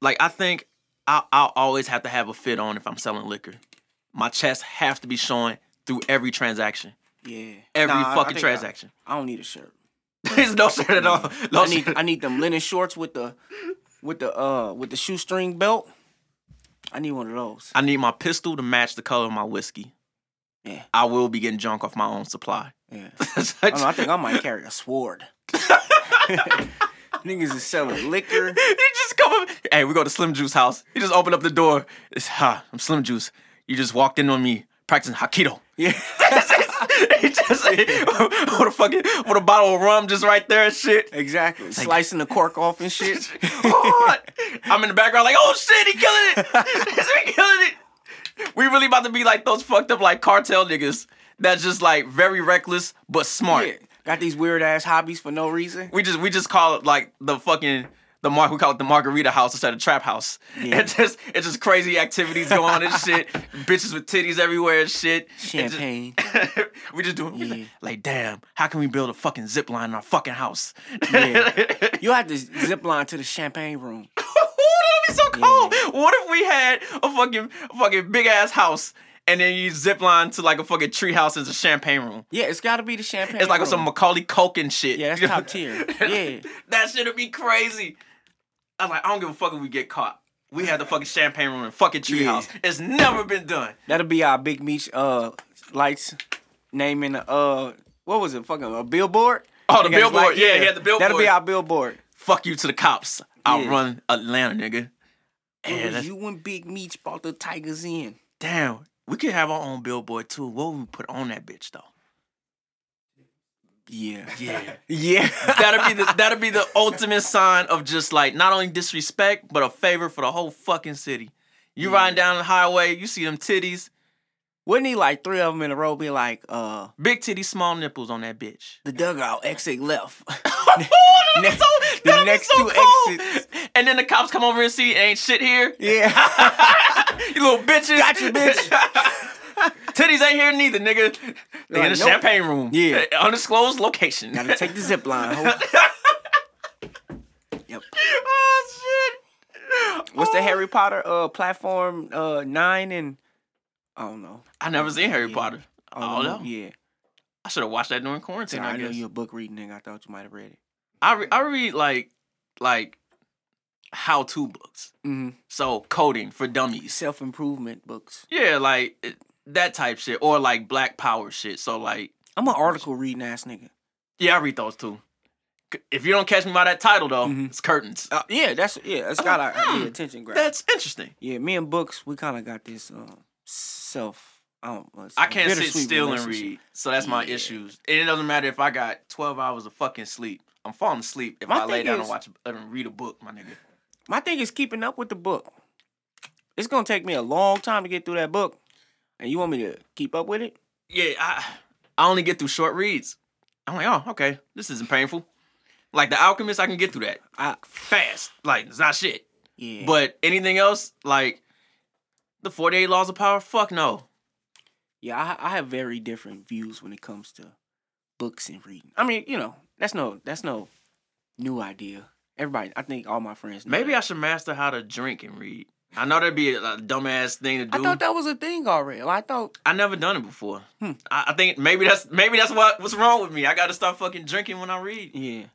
Speaker 1: Like I think I'll, I'll always have to have a fit on if I'm selling liquor. My chest have to be showing through every transaction,
Speaker 4: Yeah.
Speaker 1: every
Speaker 4: Nah, I- I
Speaker 1: fucking
Speaker 4: think I-
Speaker 1: transaction.
Speaker 4: I, don't need a shirt.
Speaker 1: There's no shirt at all. No
Speaker 4: I need
Speaker 1: shirt.
Speaker 4: I need them linen shorts with the with the uh with the shoestring belt. I need one of those.
Speaker 1: I need my pistol to match the color of my whiskey.
Speaker 4: Yeah.
Speaker 1: I will be getting drunk off my own supply.
Speaker 4: Yeah.
Speaker 1: I
Speaker 4: I, don't know, I think I might carry a sword. Niggas is selling liquor.
Speaker 1: he just come up. Hey, we go to Slim Juice house. He just opened up the door. It's ha, I'm Slim Juice. You just walked in on me practicing Hakido.
Speaker 4: Yeah.
Speaker 1: he just what a fucking what a bottle of rum just right there and shit.
Speaker 4: Exactly. Slicing the cork off and shit.
Speaker 1: I'm in the background like, oh shit, he killing it. he killing it. We really about to be like those fucked up like cartel niggas that's just like very reckless but smart.
Speaker 4: Yeah. Got these weird ass hobbies for no reason.
Speaker 1: We just we just call it like the fucking the mark we call it the margarita house instead of trap house.
Speaker 4: Yeah.
Speaker 1: It's just it's just crazy activities going on and shit. Bitches with titties everywhere and shit. And just-
Speaker 4: Champagne.
Speaker 1: we just doing we
Speaker 4: Yeah.
Speaker 1: like, like damn, how can we build a fucking zip line in our fucking house?
Speaker 4: Yeah. You have to zip line to the champagne room.
Speaker 1: That'd be so cold. What if we had a fucking a fucking big ass house and then you zip line to like a fucking tree house as a champagne room?
Speaker 4: Yeah, it's gotta be the champagne
Speaker 1: It's like
Speaker 4: room.
Speaker 1: some Macaulay Culkin shit.
Speaker 4: Yeah, that's top tier. Yeah.
Speaker 1: that shit'd be crazy. I'm like, I don't give a fuck if we get caught. We had the fucking champagne room and fucking tree
Speaker 4: Yeah.
Speaker 1: house. It's never been done.
Speaker 4: That'll be our big meat uh lights naming uh what was it? Fucking a billboard?
Speaker 1: Oh, the
Speaker 4: They got this
Speaker 1: billboard. Yeah, yeah, the
Speaker 4: That'll
Speaker 1: billboard.
Speaker 4: be our billboard.
Speaker 1: Fuck you to the cops. I'll
Speaker 4: Yeah.
Speaker 1: run Atlanta, nigga.
Speaker 4: It
Speaker 1: Yeah,
Speaker 4: was
Speaker 1: that's,
Speaker 4: you and Big Meech brought the Tigers in.
Speaker 1: damn. We could have our own billboard too. What would we put on that bitch though?
Speaker 4: Yeah.
Speaker 1: Yeah.
Speaker 4: Yeah.
Speaker 1: that'll be the that'll be the ultimate sign of just like not only disrespect but a favor for the whole fucking city. You riding down the highway, you see them titties,
Speaker 4: Wouldn't he like three of them in a row be like, uh,
Speaker 1: big titties, small nipples on that bitch.
Speaker 4: the dugout, exit left.
Speaker 1: Ooh, that'd be
Speaker 4: Next-
Speaker 1: Oh, so,
Speaker 4: the
Speaker 1: that'd
Speaker 4: next
Speaker 1: be so
Speaker 4: two
Speaker 1: cool.
Speaker 4: exits.
Speaker 1: And then the cops come over and see ain't shit here.
Speaker 4: yeah.
Speaker 1: You little bitches.
Speaker 4: Got you, bitch.
Speaker 1: Titties ain't here neither, nigga. They in
Speaker 4: Like,
Speaker 1: the
Speaker 4: nope.
Speaker 1: champagne room.
Speaker 4: Yeah.
Speaker 1: Uh, Undisclosed location.
Speaker 4: Gotta take the zip line. ho. Yep.
Speaker 1: oh shit.
Speaker 4: What's the
Speaker 1: Oh.
Speaker 4: Harry Potter uh platform uh nine and I don't know.
Speaker 1: I never seen Harry
Speaker 4: Yeah.
Speaker 1: Potter.
Speaker 4: I don't
Speaker 1: All
Speaker 4: know.
Speaker 1: of them.
Speaker 4: Yeah.
Speaker 1: I should have watched that during quarantine.
Speaker 4: Sorry, I,
Speaker 1: I
Speaker 4: know
Speaker 1: guess.
Speaker 4: you're a book reading nigga. I thought you might have read it.
Speaker 1: I re- I read like like how to books.
Speaker 4: Mm-hmm.
Speaker 1: So coding for dummies.
Speaker 4: Self improvement books.
Speaker 1: Yeah, like it- that type shit or like black power shit. So like
Speaker 4: I'm an article reading ass nigga.
Speaker 1: yeah, I read those too. C- If you don't catch me by that title though,
Speaker 4: Mhm.
Speaker 1: it's curtains.
Speaker 4: Uh, yeah, that's yeah, that's got our
Speaker 1: hmm.
Speaker 4: yeah, attention grab.
Speaker 1: That's interesting.
Speaker 4: yeah, me and books, we kind of got this um self. I don't. it's
Speaker 1: I
Speaker 4: a
Speaker 1: can't sit
Speaker 4: bittersweet
Speaker 1: still and
Speaker 4: relationship.
Speaker 1: read. So that's my
Speaker 4: Yeah.
Speaker 1: issues. And it doesn't matter if I got 12 hours of fucking sleep. I'm falling asleep if
Speaker 4: My
Speaker 1: I lay
Speaker 4: thing
Speaker 1: down and
Speaker 4: is-
Speaker 1: watch a- and read a book, my nigga.
Speaker 4: My thing is keeping up with the book. It's gonna take me a long time to get through that book, and you want me to keep up with it?
Speaker 1: yeah, I I only get through short reads. I'm like, oh, okay, this isn't painful. Like the Alchemist, I can get through that
Speaker 4: I
Speaker 1: fast. Like it's not shit.
Speaker 4: yeah.
Speaker 1: But anything else, like the 48 Laws of Power, fuck no.
Speaker 4: Yeah, I, I have very different views when it comes to books and reading. I mean, you know, that's no that's no new idea. Everybody, I think all my friends. Know
Speaker 1: Maybe I
Speaker 4: that.
Speaker 1: should master how to drink and read. I know that'd be a, a dumbass thing to
Speaker 4: I
Speaker 1: do. I
Speaker 4: thought that Hmm. was a thing already. Like, I thought
Speaker 1: never done it before. I, I think maybe that's maybe that's what what's wrong with me. I got to start fucking drinking when I read.
Speaker 4: yeah.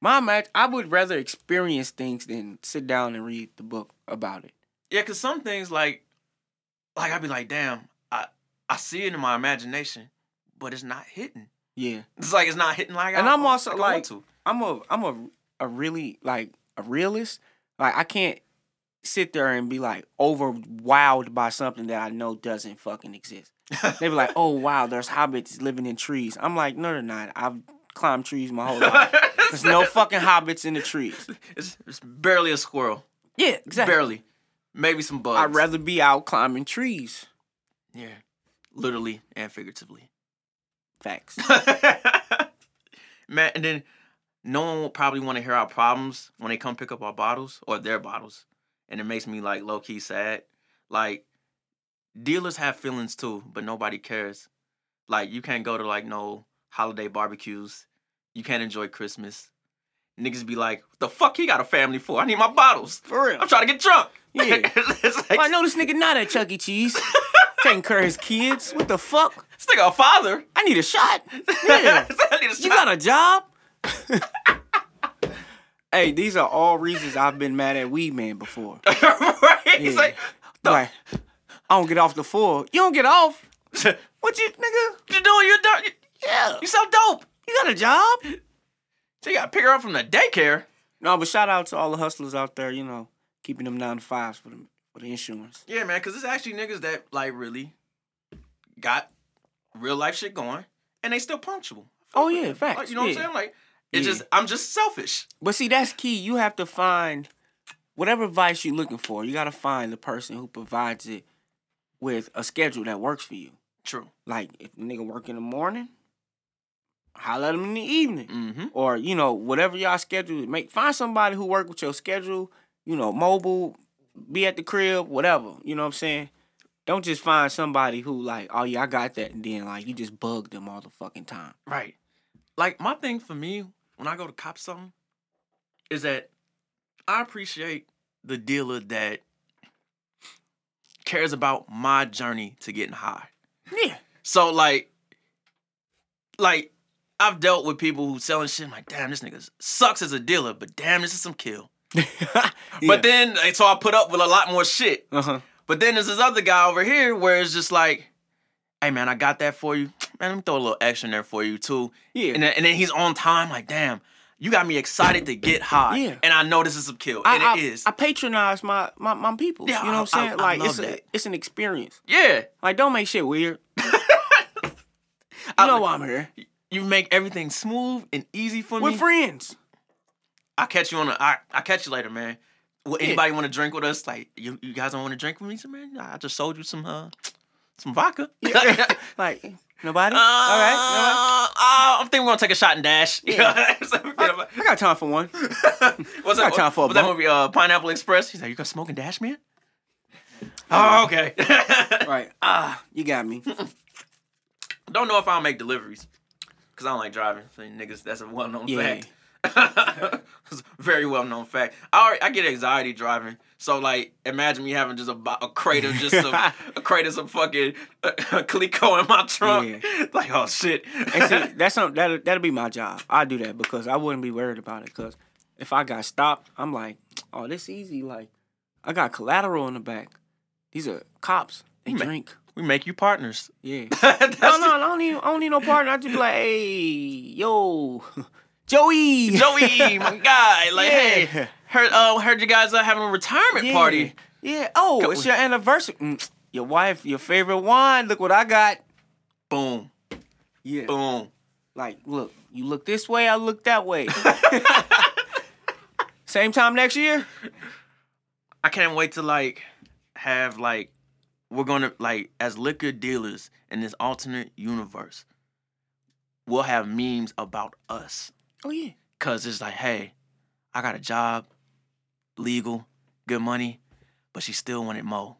Speaker 4: My match, I would rather experience things than sit down and read the book about it.
Speaker 1: Yeah, cause some things like, like I'd be like, damn, I I see it in my imagination, but it's not hitting.
Speaker 4: Yeah.
Speaker 1: It's like it's not hitting like.
Speaker 4: And
Speaker 1: I,
Speaker 4: I'm also
Speaker 1: I
Speaker 4: like,
Speaker 1: want to.
Speaker 4: I'm a I'm a a really like a realist. Like I can't sit there and be like overwhelmed by something that I know doesn't fucking exist. they be like, "Oh wow, there's hobbits living in trees." I'm like, "No, they're not. I've climbed trees my whole life. There's no fucking hobbits in the trees."
Speaker 1: It's, it's barely a squirrel,
Speaker 4: Yeah, exactly.
Speaker 1: barely, maybe some bugs.
Speaker 4: I'd rather be out climbing trees.
Speaker 1: yeah, literally and figuratively.
Speaker 4: Facts.
Speaker 1: Man, and then no one will probably want to hear our problems when they come pick up our bottles or their bottles, and it makes me like low key sad. Like dealers have feelings too, but nobody cares. Like you can't go to like no holiday barbecues. You can't enjoy Christmas. Niggas be like, the fuck he got a family for? I need my bottles.
Speaker 4: For real.
Speaker 1: I'm trying to get drunk.
Speaker 4: Yeah.
Speaker 1: it's
Speaker 4: Well, I
Speaker 1: like,
Speaker 4: know this nigga not at Chuck E. Cheese. Taking care of his kids. What the fuck?
Speaker 1: this nigga a father.
Speaker 4: I need a shot. Yeah.
Speaker 1: I need a
Speaker 4: You
Speaker 1: shot.
Speaker 4: got a job? hey, these are all reasons I've been mad at Weed Man before.
Speaker 1: right? He's
Speaker 4: Yeah.
Speaker 1: like,
Speaker 4: Like, I don't get off the floor. You don't get off. What you nigga?
Speaker 1: You doing? You're dope.
Speaker 4: Yeah.
Speaker 1: You so dope.
Speaker 4: You got a job?
Speaker 1: So you gotta pick her up from the daycare.
Speaker 4: No, but shout out to all the hustlers out there, you know, keeping them nine to fives for the for the insurance.
Speaker 1: Yeah, man, because it's actually niggas that like really got real life shit going, and they still punctual.
Speaker 4: Oh yeah, facts.
Speaker 1: Like, you know what I'm
Speaker 4: yeah.
Speaker 1: saying? Like it's
Speaker 4: Yeah.
Speaker 1: just I'm just selfish.
Speaker 4: But see, that's key. You have to find whatever advice you're looking for. You got to find the person who provides it with a schedule that works for you.
Speaker 1: True.
Speaker 4: Like if a nigga work in the morning, holla at him in the evening,
Speaker 1: Mm-hmm.
Speaker 4: or you know whatever y'all schedule. Make find somebody who work with your schedule. You know, mobile, be at the crib, whatever. You know what I'm saying? Don't just find somebody who like, oh yeah, I got that, and then like you just bug them all the fucking time.
Speaker 1: Right. Like my thing for me when I go to cop something is that I appreciate the dealer that cares about my journey to getting high.
Speaker 4: Yeah.
Speaker 1: So like, like I've dealt with people who selling shit. I'm like, damn, this nigga sucks as a dealer, but damn, this is some kill. But then like, so I put up with a lot more shit.
Speaker 4: uh huh.
Speaker 1: But then there's this other guy over here where it's just like, hey man, I got that for you. Man, let me throw a little extra in there for you too.
Speaker 4: Yeah.
Speaker 1: And then, and then he's on time. Like, damn, you got me excited to get high.
Speaker 4: Yeah.
Speaker 1: And I know this is some kill,
Speaker 4: I,
Speaker 1: and
Speaker 4: I,
Speaker 1: it is.
Speaker 4: I patronize my my, my people.
Speaker 1: Yeah,
Speaker 4: you know what I'm
Speaker 1: I- I-
Speaker 4: saying?
Speaker 1: I
Speaker 4: like
Speaker 1: love
Speaker 4: it's a,
Speaker 1: that.
Speaker 4: it's an experience.
Speaker 1: yeah.
Speaker 4: Like don't make shit weird. you
Speaker 1: I-
Speaker 4: know why I'm here.
Speaker 1: You make everything smooth and easy for
Speaker 4: We're
Speaker 1: me.
Speaker 4: friends.
Speaker 1: I catch you on a. I I catch you later, man. Will anybody want to drink with us? Like you, you guys don't want to drink with me, so man. I just sold you some uh some vodka.
Speaker 4: Like nobody. All right.
Speaker 1: Uh, I'm thinking we're gonna take a shot and dash.
Speaker 4: Yeah.
Speaker 1: So,
Speaker 4: All right. I, I got time for one.
Speaker 1: what's
Speaker 4: got
Speaker 1: that?
Speaker 4: time for a
Speaker 1: what's that
Speaker 4: bump.
Speaker 1: movie? Uh, Pineapple Express. He's like, you gonna smoke and dash, man? Oh, okay.
Speaker 4: Right. Ah, you got me.
Speaker 1: don't know if I'll make deliveries because I don't like driving. So niggas, that's a well-known
Speaker 4: Yeah.
Speaker 1: fact. It's a very well-known fact. I already, I get anxiety driving. So like, imagine me having just a, bo- a crate of just some, a crate of some fucking uh, Coleco in my trunk. Like, oh shit.
Speaker 4: And see, that's some that'll that'll be my job. I do that because I wouldn't be worried about it. Because if I got stopped, I'm like, oh, this easy. Like, I got collateral in the back. These are cops. They
Speaker 1: Ma-
Speaker 4: drink.
Speaker 1: we make you partners.
Speaker 4: Yeah.
Speaker 1: That's
Speaker 4: No, no, I don't need, I don't need no partner. I just be like, hey, yo, Joey.
Speaker 1: Joey, my guy. Like,
Speaker 4: Yeah.
Speaker 1: hey, heard uh, heard you guys are having a retirement
Speaker 4: Yeah.
Speaker 1: party.
Speaker 4: Yeah. Oh,
Speaker 1: Go-
Speaker 4: it's your anniversary. Mm, Your wife, your favorite wine. Look what I got.
Speaker 1: Boom,
Speaker 4: Yeah.
Speaker 1: boom.
Speaker 4: Like, look, you look this way, I look that way. Same time next year?
Speaker 1: I can't wait to like have like we're gonna like as liquor dealers in this alternate universe. We'll have memes about us.
Speaker 4: Oh, yeah.
Speaker 1: Cause it's like, hey, I got a job, legal, good money, but she still wanted Mo.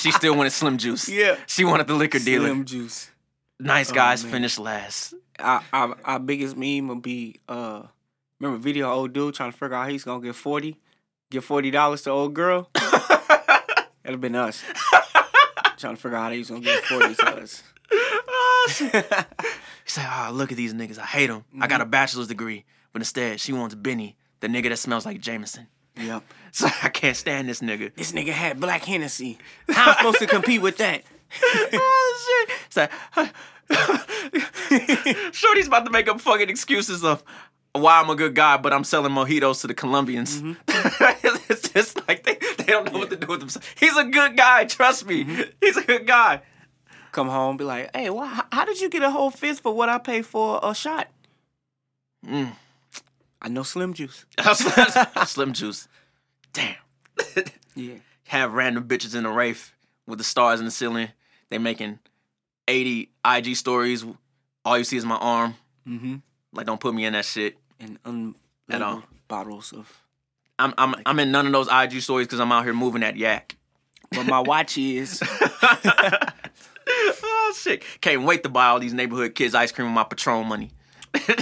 Speaker 1: she still wanted Slim Juice.
Speaker 4: Yeah.
Speaker 1: She wanted the liquor dealer.
Speaker 4: Slim juice.
Speaker 1: Nice guys
Speaker 4: man.
Speaker 1: finish last.
Speaker 4: Our, our, our biggest meme would be uh, remember video of old dude trying to figure out how he's gonna get 40? Give $40 to old girl? That'd have been us. trying to figure out how he's gonna get 40 to us.
Speaker 1: He's like, oh, look at these niggas. I hate them. I got a
Speaker 4: Mm-hmm.
Speaker 1: bachelor's degree, but instead she wants Benny, the nigga that smells like Jameson.
Speaker 4: Yep.
Speaker 1: So I can't stand this nigga.
Speaker 4: This nigga had black Hennessy. How am I supposed to compete with that?
Speaker 1: oh shit! It's like, Shorty's about to make up fucking excuses of why I'm a good guy, but I'm selling mojitos to the Colombians. it's just like they, they don't know what to do with themselves. He's a good guy, trust me. He's a good guy.
Speaker 4: Come home, be like, hey, why, how, how did you get a whole fist for what I paid for a shot?
Speaker 1: Mm.
Speaker 4: I know Slim Juice.
Speaker 1: Slim Juice. Damn.
Speaker 4: Yeah.
Speaker 1: Have random bitches in the rafe with the stars in the ceiling. They making 80 IG stories. All you see is my arm.
Speaker 4: Mm-hmm.
Speaker 1: Like, don't put me in that shit.
Speaker 4: And
Speaker 1: At all.
Speaker 4: unlabeled bottles of.
Speaker 1: I'm I'm I'm in none of those IG stories because I'm out here moving that yak.
Speaker 4: But my watch is.
Speaker 1: oh shit! Can't wait to buy all these neighborhood kids ice cream with my Patron money.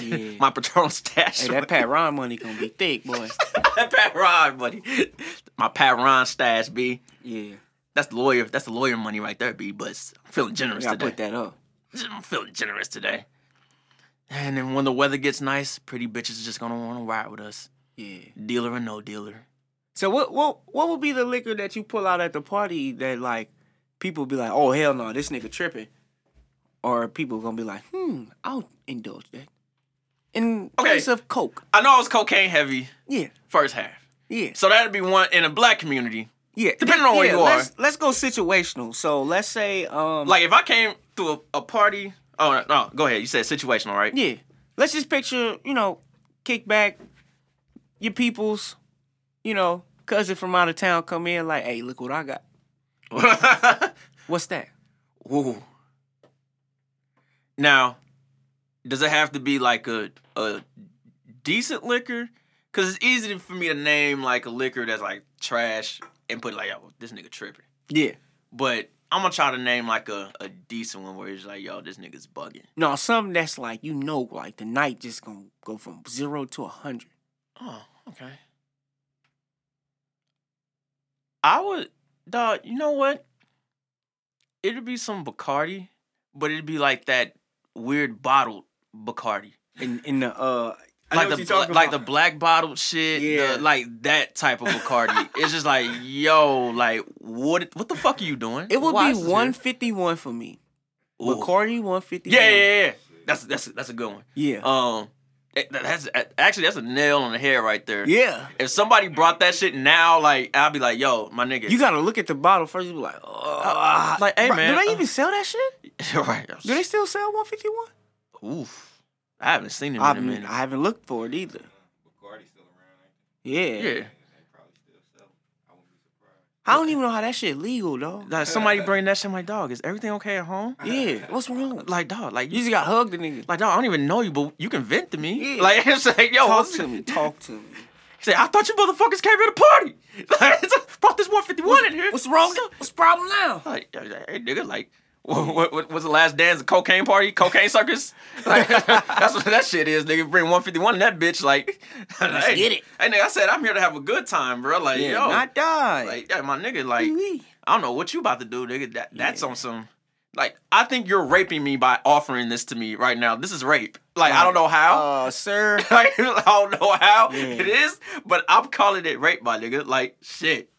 Speaker 4: Yeah.
Speaker 1: my Patron stash.
Speaker 4: hey,
Speaker 1: money.
Speaker 4: that Pat Ron money gonna be thick, boy.
Speaker 1: that Pat Ron money. My Pat Ron stash, b.
Speaker 4: Yeah.
Speaker 1: That's the lawyer. That's the lawyer money right there, b. But it's- I'm feeling
Speaker 4: I
Speaker 1: generous
Speaker 4: gotta
Speaker 1: today.
Speaker 4: put that up.
Speaker 1: I'm feeling generous today. And then when the weather gets nice, pretty bitches is just gonna want to ride with us,
Speaker 4: Yeah.
Speaker 1: dealer or no dealer.
Speaker 4: So what what what would be the liquor that you pull out at the party that like people be like, oh hell no, this nigga tripping. or people gonna be like, hmm, I'll indulge that in
Speaker 1: Okay.
Speaker 4: place of coke.
Speaker 1: I know I was cocaine heavy
Speaker 4: Yeah,
Speaker 1: first half.
Speaker 4: yeah,
Speaker 1: So that'd be one in a black community.
Speaker 4: yeah.
Speaker 1: depending on where
Speaker 4: Yeah,
Speaker 1: you are.
Speaker 4: Let's, let's go situational. So let's say, um,
Speaker 1: Like if I came to a, a party. Oh no, no, go ahead. You said situational, right?
Speaker 4: Yeah. Let's just picture, you know, kick back, your people's, you know, cousin from out of town come in like, hey, look what I got. What's that?
Speaker 1: Ooh. Now, does it have to be like a a decent liquor? Cause it's easy for me to name like a liquor that's like trash and put like, yo, this nigga tripping.
Speaker 4: Yeah.
Speaker 1: But I'm gonna try to name like a, a decent one where it's like, yo, this nigga's bugging.
Speaker 4: No, something that's like, you know, like the night just gonna go from zero to a hundred.
Speaker 1: Oh, okay. I would, dog. You know what? It'd be some Bacardi, but it'd be like that weird bottled Bacardi,
Speaker 4: In in the uh I
Speaker 1: like
Speaker 4: know
Speaker 1: the
Speaker 4: what you're talking
Speaker 1: like the
Speaker 4: about.
Speaker 1: black bottled shit, the-
Speaker 4: Yeah.
Speaker 1: like that type of Bacardi. it's just like, yo, like what? What the fuck are you doing?
Speaker 4: It would
Speaker 1: Why is
Speaker 4: be
Speaker 1: this here?
Speaker 4: one fifty one for me.
Speaker 1: Ooh.
Speaker 4: Bacardi one fifty
Speaker 1: Yeah, yeah, yeah. That's that's that's a good one.
Speaker 4: Yeah.
Speaker 1: Um, that- that's actually that's a nail on the head right there.
Speaker 4: yeah.
Speaker 1: If somebody brought that shit now, like I'd be like, "Yo, my nigga,
Speaker 4: You gotta look at the bottle first. You be like, oh,
Speaker 1: Like, hey, man,
Speaker 4: do they
Speaker 1: uh,
Speaker 4: even sell that shit?
Speaker 1: right?
Speaker 4: Do they still sell one fifty one?
Speaker 1: Oof, I haven't seen him
Speaker 4: I
Speaker 1: in a
Speaker 4: mean,
Speaker 1: minute.
Speaker 4: I haven't looked for it either.
Speaker 5: Bacardi's still around. ain't
Speaker 4: Yeah.
Speaker 1: yeah,
Speaker 5: it? They probably still sell. I wouldn't be surprised.
Speaker 4: I don't even know how that shit legal, dog.
Speaker 1: like somebody bring that shit. My dog, is everything okay at home?
Speaker 4: Yeah, what's wrong?
Speaker 1: Like dog, like
Speaker 4: You
Speaker 1: you,
Speaker 4: just got hugged the nigga.
Speaker 1: like dog, I don't even know you, but you can vent to me.
Speaker 4: Yeah.
Speaker 1: Like it's like, yo,
Speaker 4: Talk
Speaker 1: what's-
Speaker 4: to me. Talk to me.
Speaker 1: Say, I thought you motherfuckers came here to party. Like, it's like, brought this one fifty one in here.
Speaker 4: What's wrong?
Speaker 1: So-
Speaker 4: What's the problem now?
Speaker 1: Like, uh, hey nigga, like. What, what, what was the last dance? A cocaine party? Cocaine circus? Like, that's what that shit is, nigga. Bring 151 in that bitch, like. Let's
Speaker 4: get it.
Speaker 1: Hey, nigga, I said I'm here to have a good time, bro. Like,
Speaker 4: Yeah,
Speaker 1: yo.
Speaker 4: not die.
Speaker 1: Like, yeah, my nigga, like,
Speaker 4: Wee-wee.
Speaker 1: I don't know what you about to do, nigga. That, that's
Speaker 4: Yeah.
Speaker 1: on some. Like, I think you're raping me by offering this to me right now. This is rape. Like, I don't know how.
Speaker 4: uh, sir.
Speaker 1: like, I don't know how
Speaker 4: Yeah.
Speaker 1: it is, but I'm calling it rape, my nigga. Like, shit.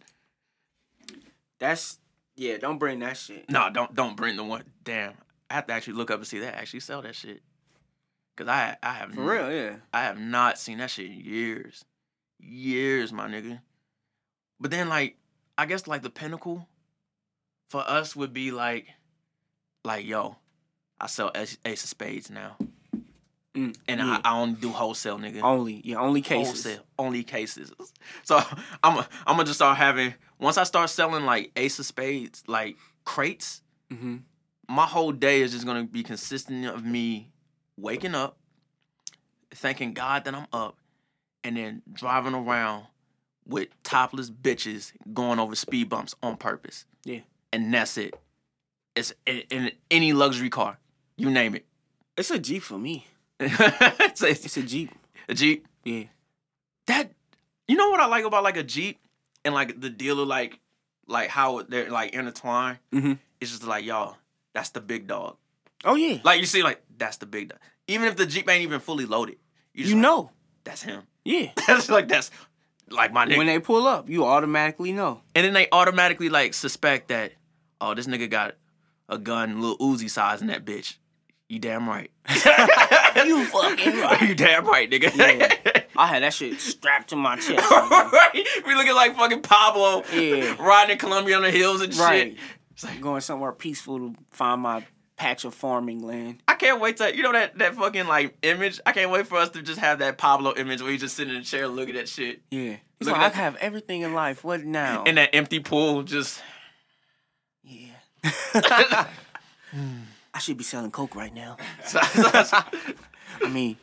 Speaker 4: That's yeah. Don't bring that shit.
Speaker 1: No, don't don't bring the one. Damn, I have to actually look up and see that actually sell that shit. Cause I I have
Speaker 4: For real, yeah.
Speaker 1: I have not seen that shit in years, years, my nigga. But then like I guess like the pinnacle for us would be like like yo, I sell Ace, Ace of Spades now,
Speaker 4: Mm,
Speaker 1: and
Speaker 4: yeah.
Speaker 1: I, I only do wholesale, nigga.
Speaker 4: only yeah, only cases.
Speaker 1: Wholesale, only cases. So I'm i I'm gonna just start having once I start selling like Ace of Spades like crates
Speaker 4: Mm-hmm.
Speaker 1: my whole day is just gonna be consistent of me waking up, thanking God that I'm up, and then driving around with topless bitches going over speed bumps on purpose.
Speaker 4: Yeah.
Speaker 1: And that's it. It's in, in any luxury car, you name it.
Speaker 4: It's a Jeep for me.
Speaker 1: it's, a- it's
Speaker 4: It's a Jeep.
Speaker 1: a Jeep.
Speaker 4: Yeah.
Speaker 1: That you know what I like about like a Jeep and like the dealer like like how they're like intertwined.
Speaker 4: Mm-hmm.
Speaker 1: It's just like y'all, that's the big dog.
Speaker 4: Oh yeah.
Speaker 1: Like you see, like that's the big. dog. Even if the Jeep ain't even fully loaded, you, just
Speaker 4: you
Speaker 1: like,
Speaker 4: know.
Speaker 1: that's him.
Speaker 4: Yeah.
Speaker 1: That's like that's like my nigga.
Speaker 4: when they pull up, you automatically know.
Speaker 1: and then they automatically like suspect that, oh, this nigga got a gun, little Uzi size in that bitch. You damn right.
Speaker 4: You fucking
Speaker 1: you damn right, nigga.
Speaker 4: Yeah. I had that shit strapped to my chest.
Speaker 1: right? We looking like fucking Pablo
Speaker 4: Yeah.
Speaker 1: riding in Columbia on the hills and
Speaker 4: Right.
Speaker 1: shit. It's like,
Speaker 4: Going somewhere peaceful to find my patch of farming land.
Speaker 1: I can't wait to you know that that fucking like image. I can't wait for us to just have that Pablo image where you just sitting in a chair looking at shit.
Speaker 4: Yeah. He's
Speaker 1: Look
Speaker 4: like,
Speaker 1: at
Speaker 4: I
Speaker 1: that-
Speaker 4: have everything in life. What now?
Speaker 1: in that empty pool, just
Speaker 4: yeah. I should be selling coke right now. I mean,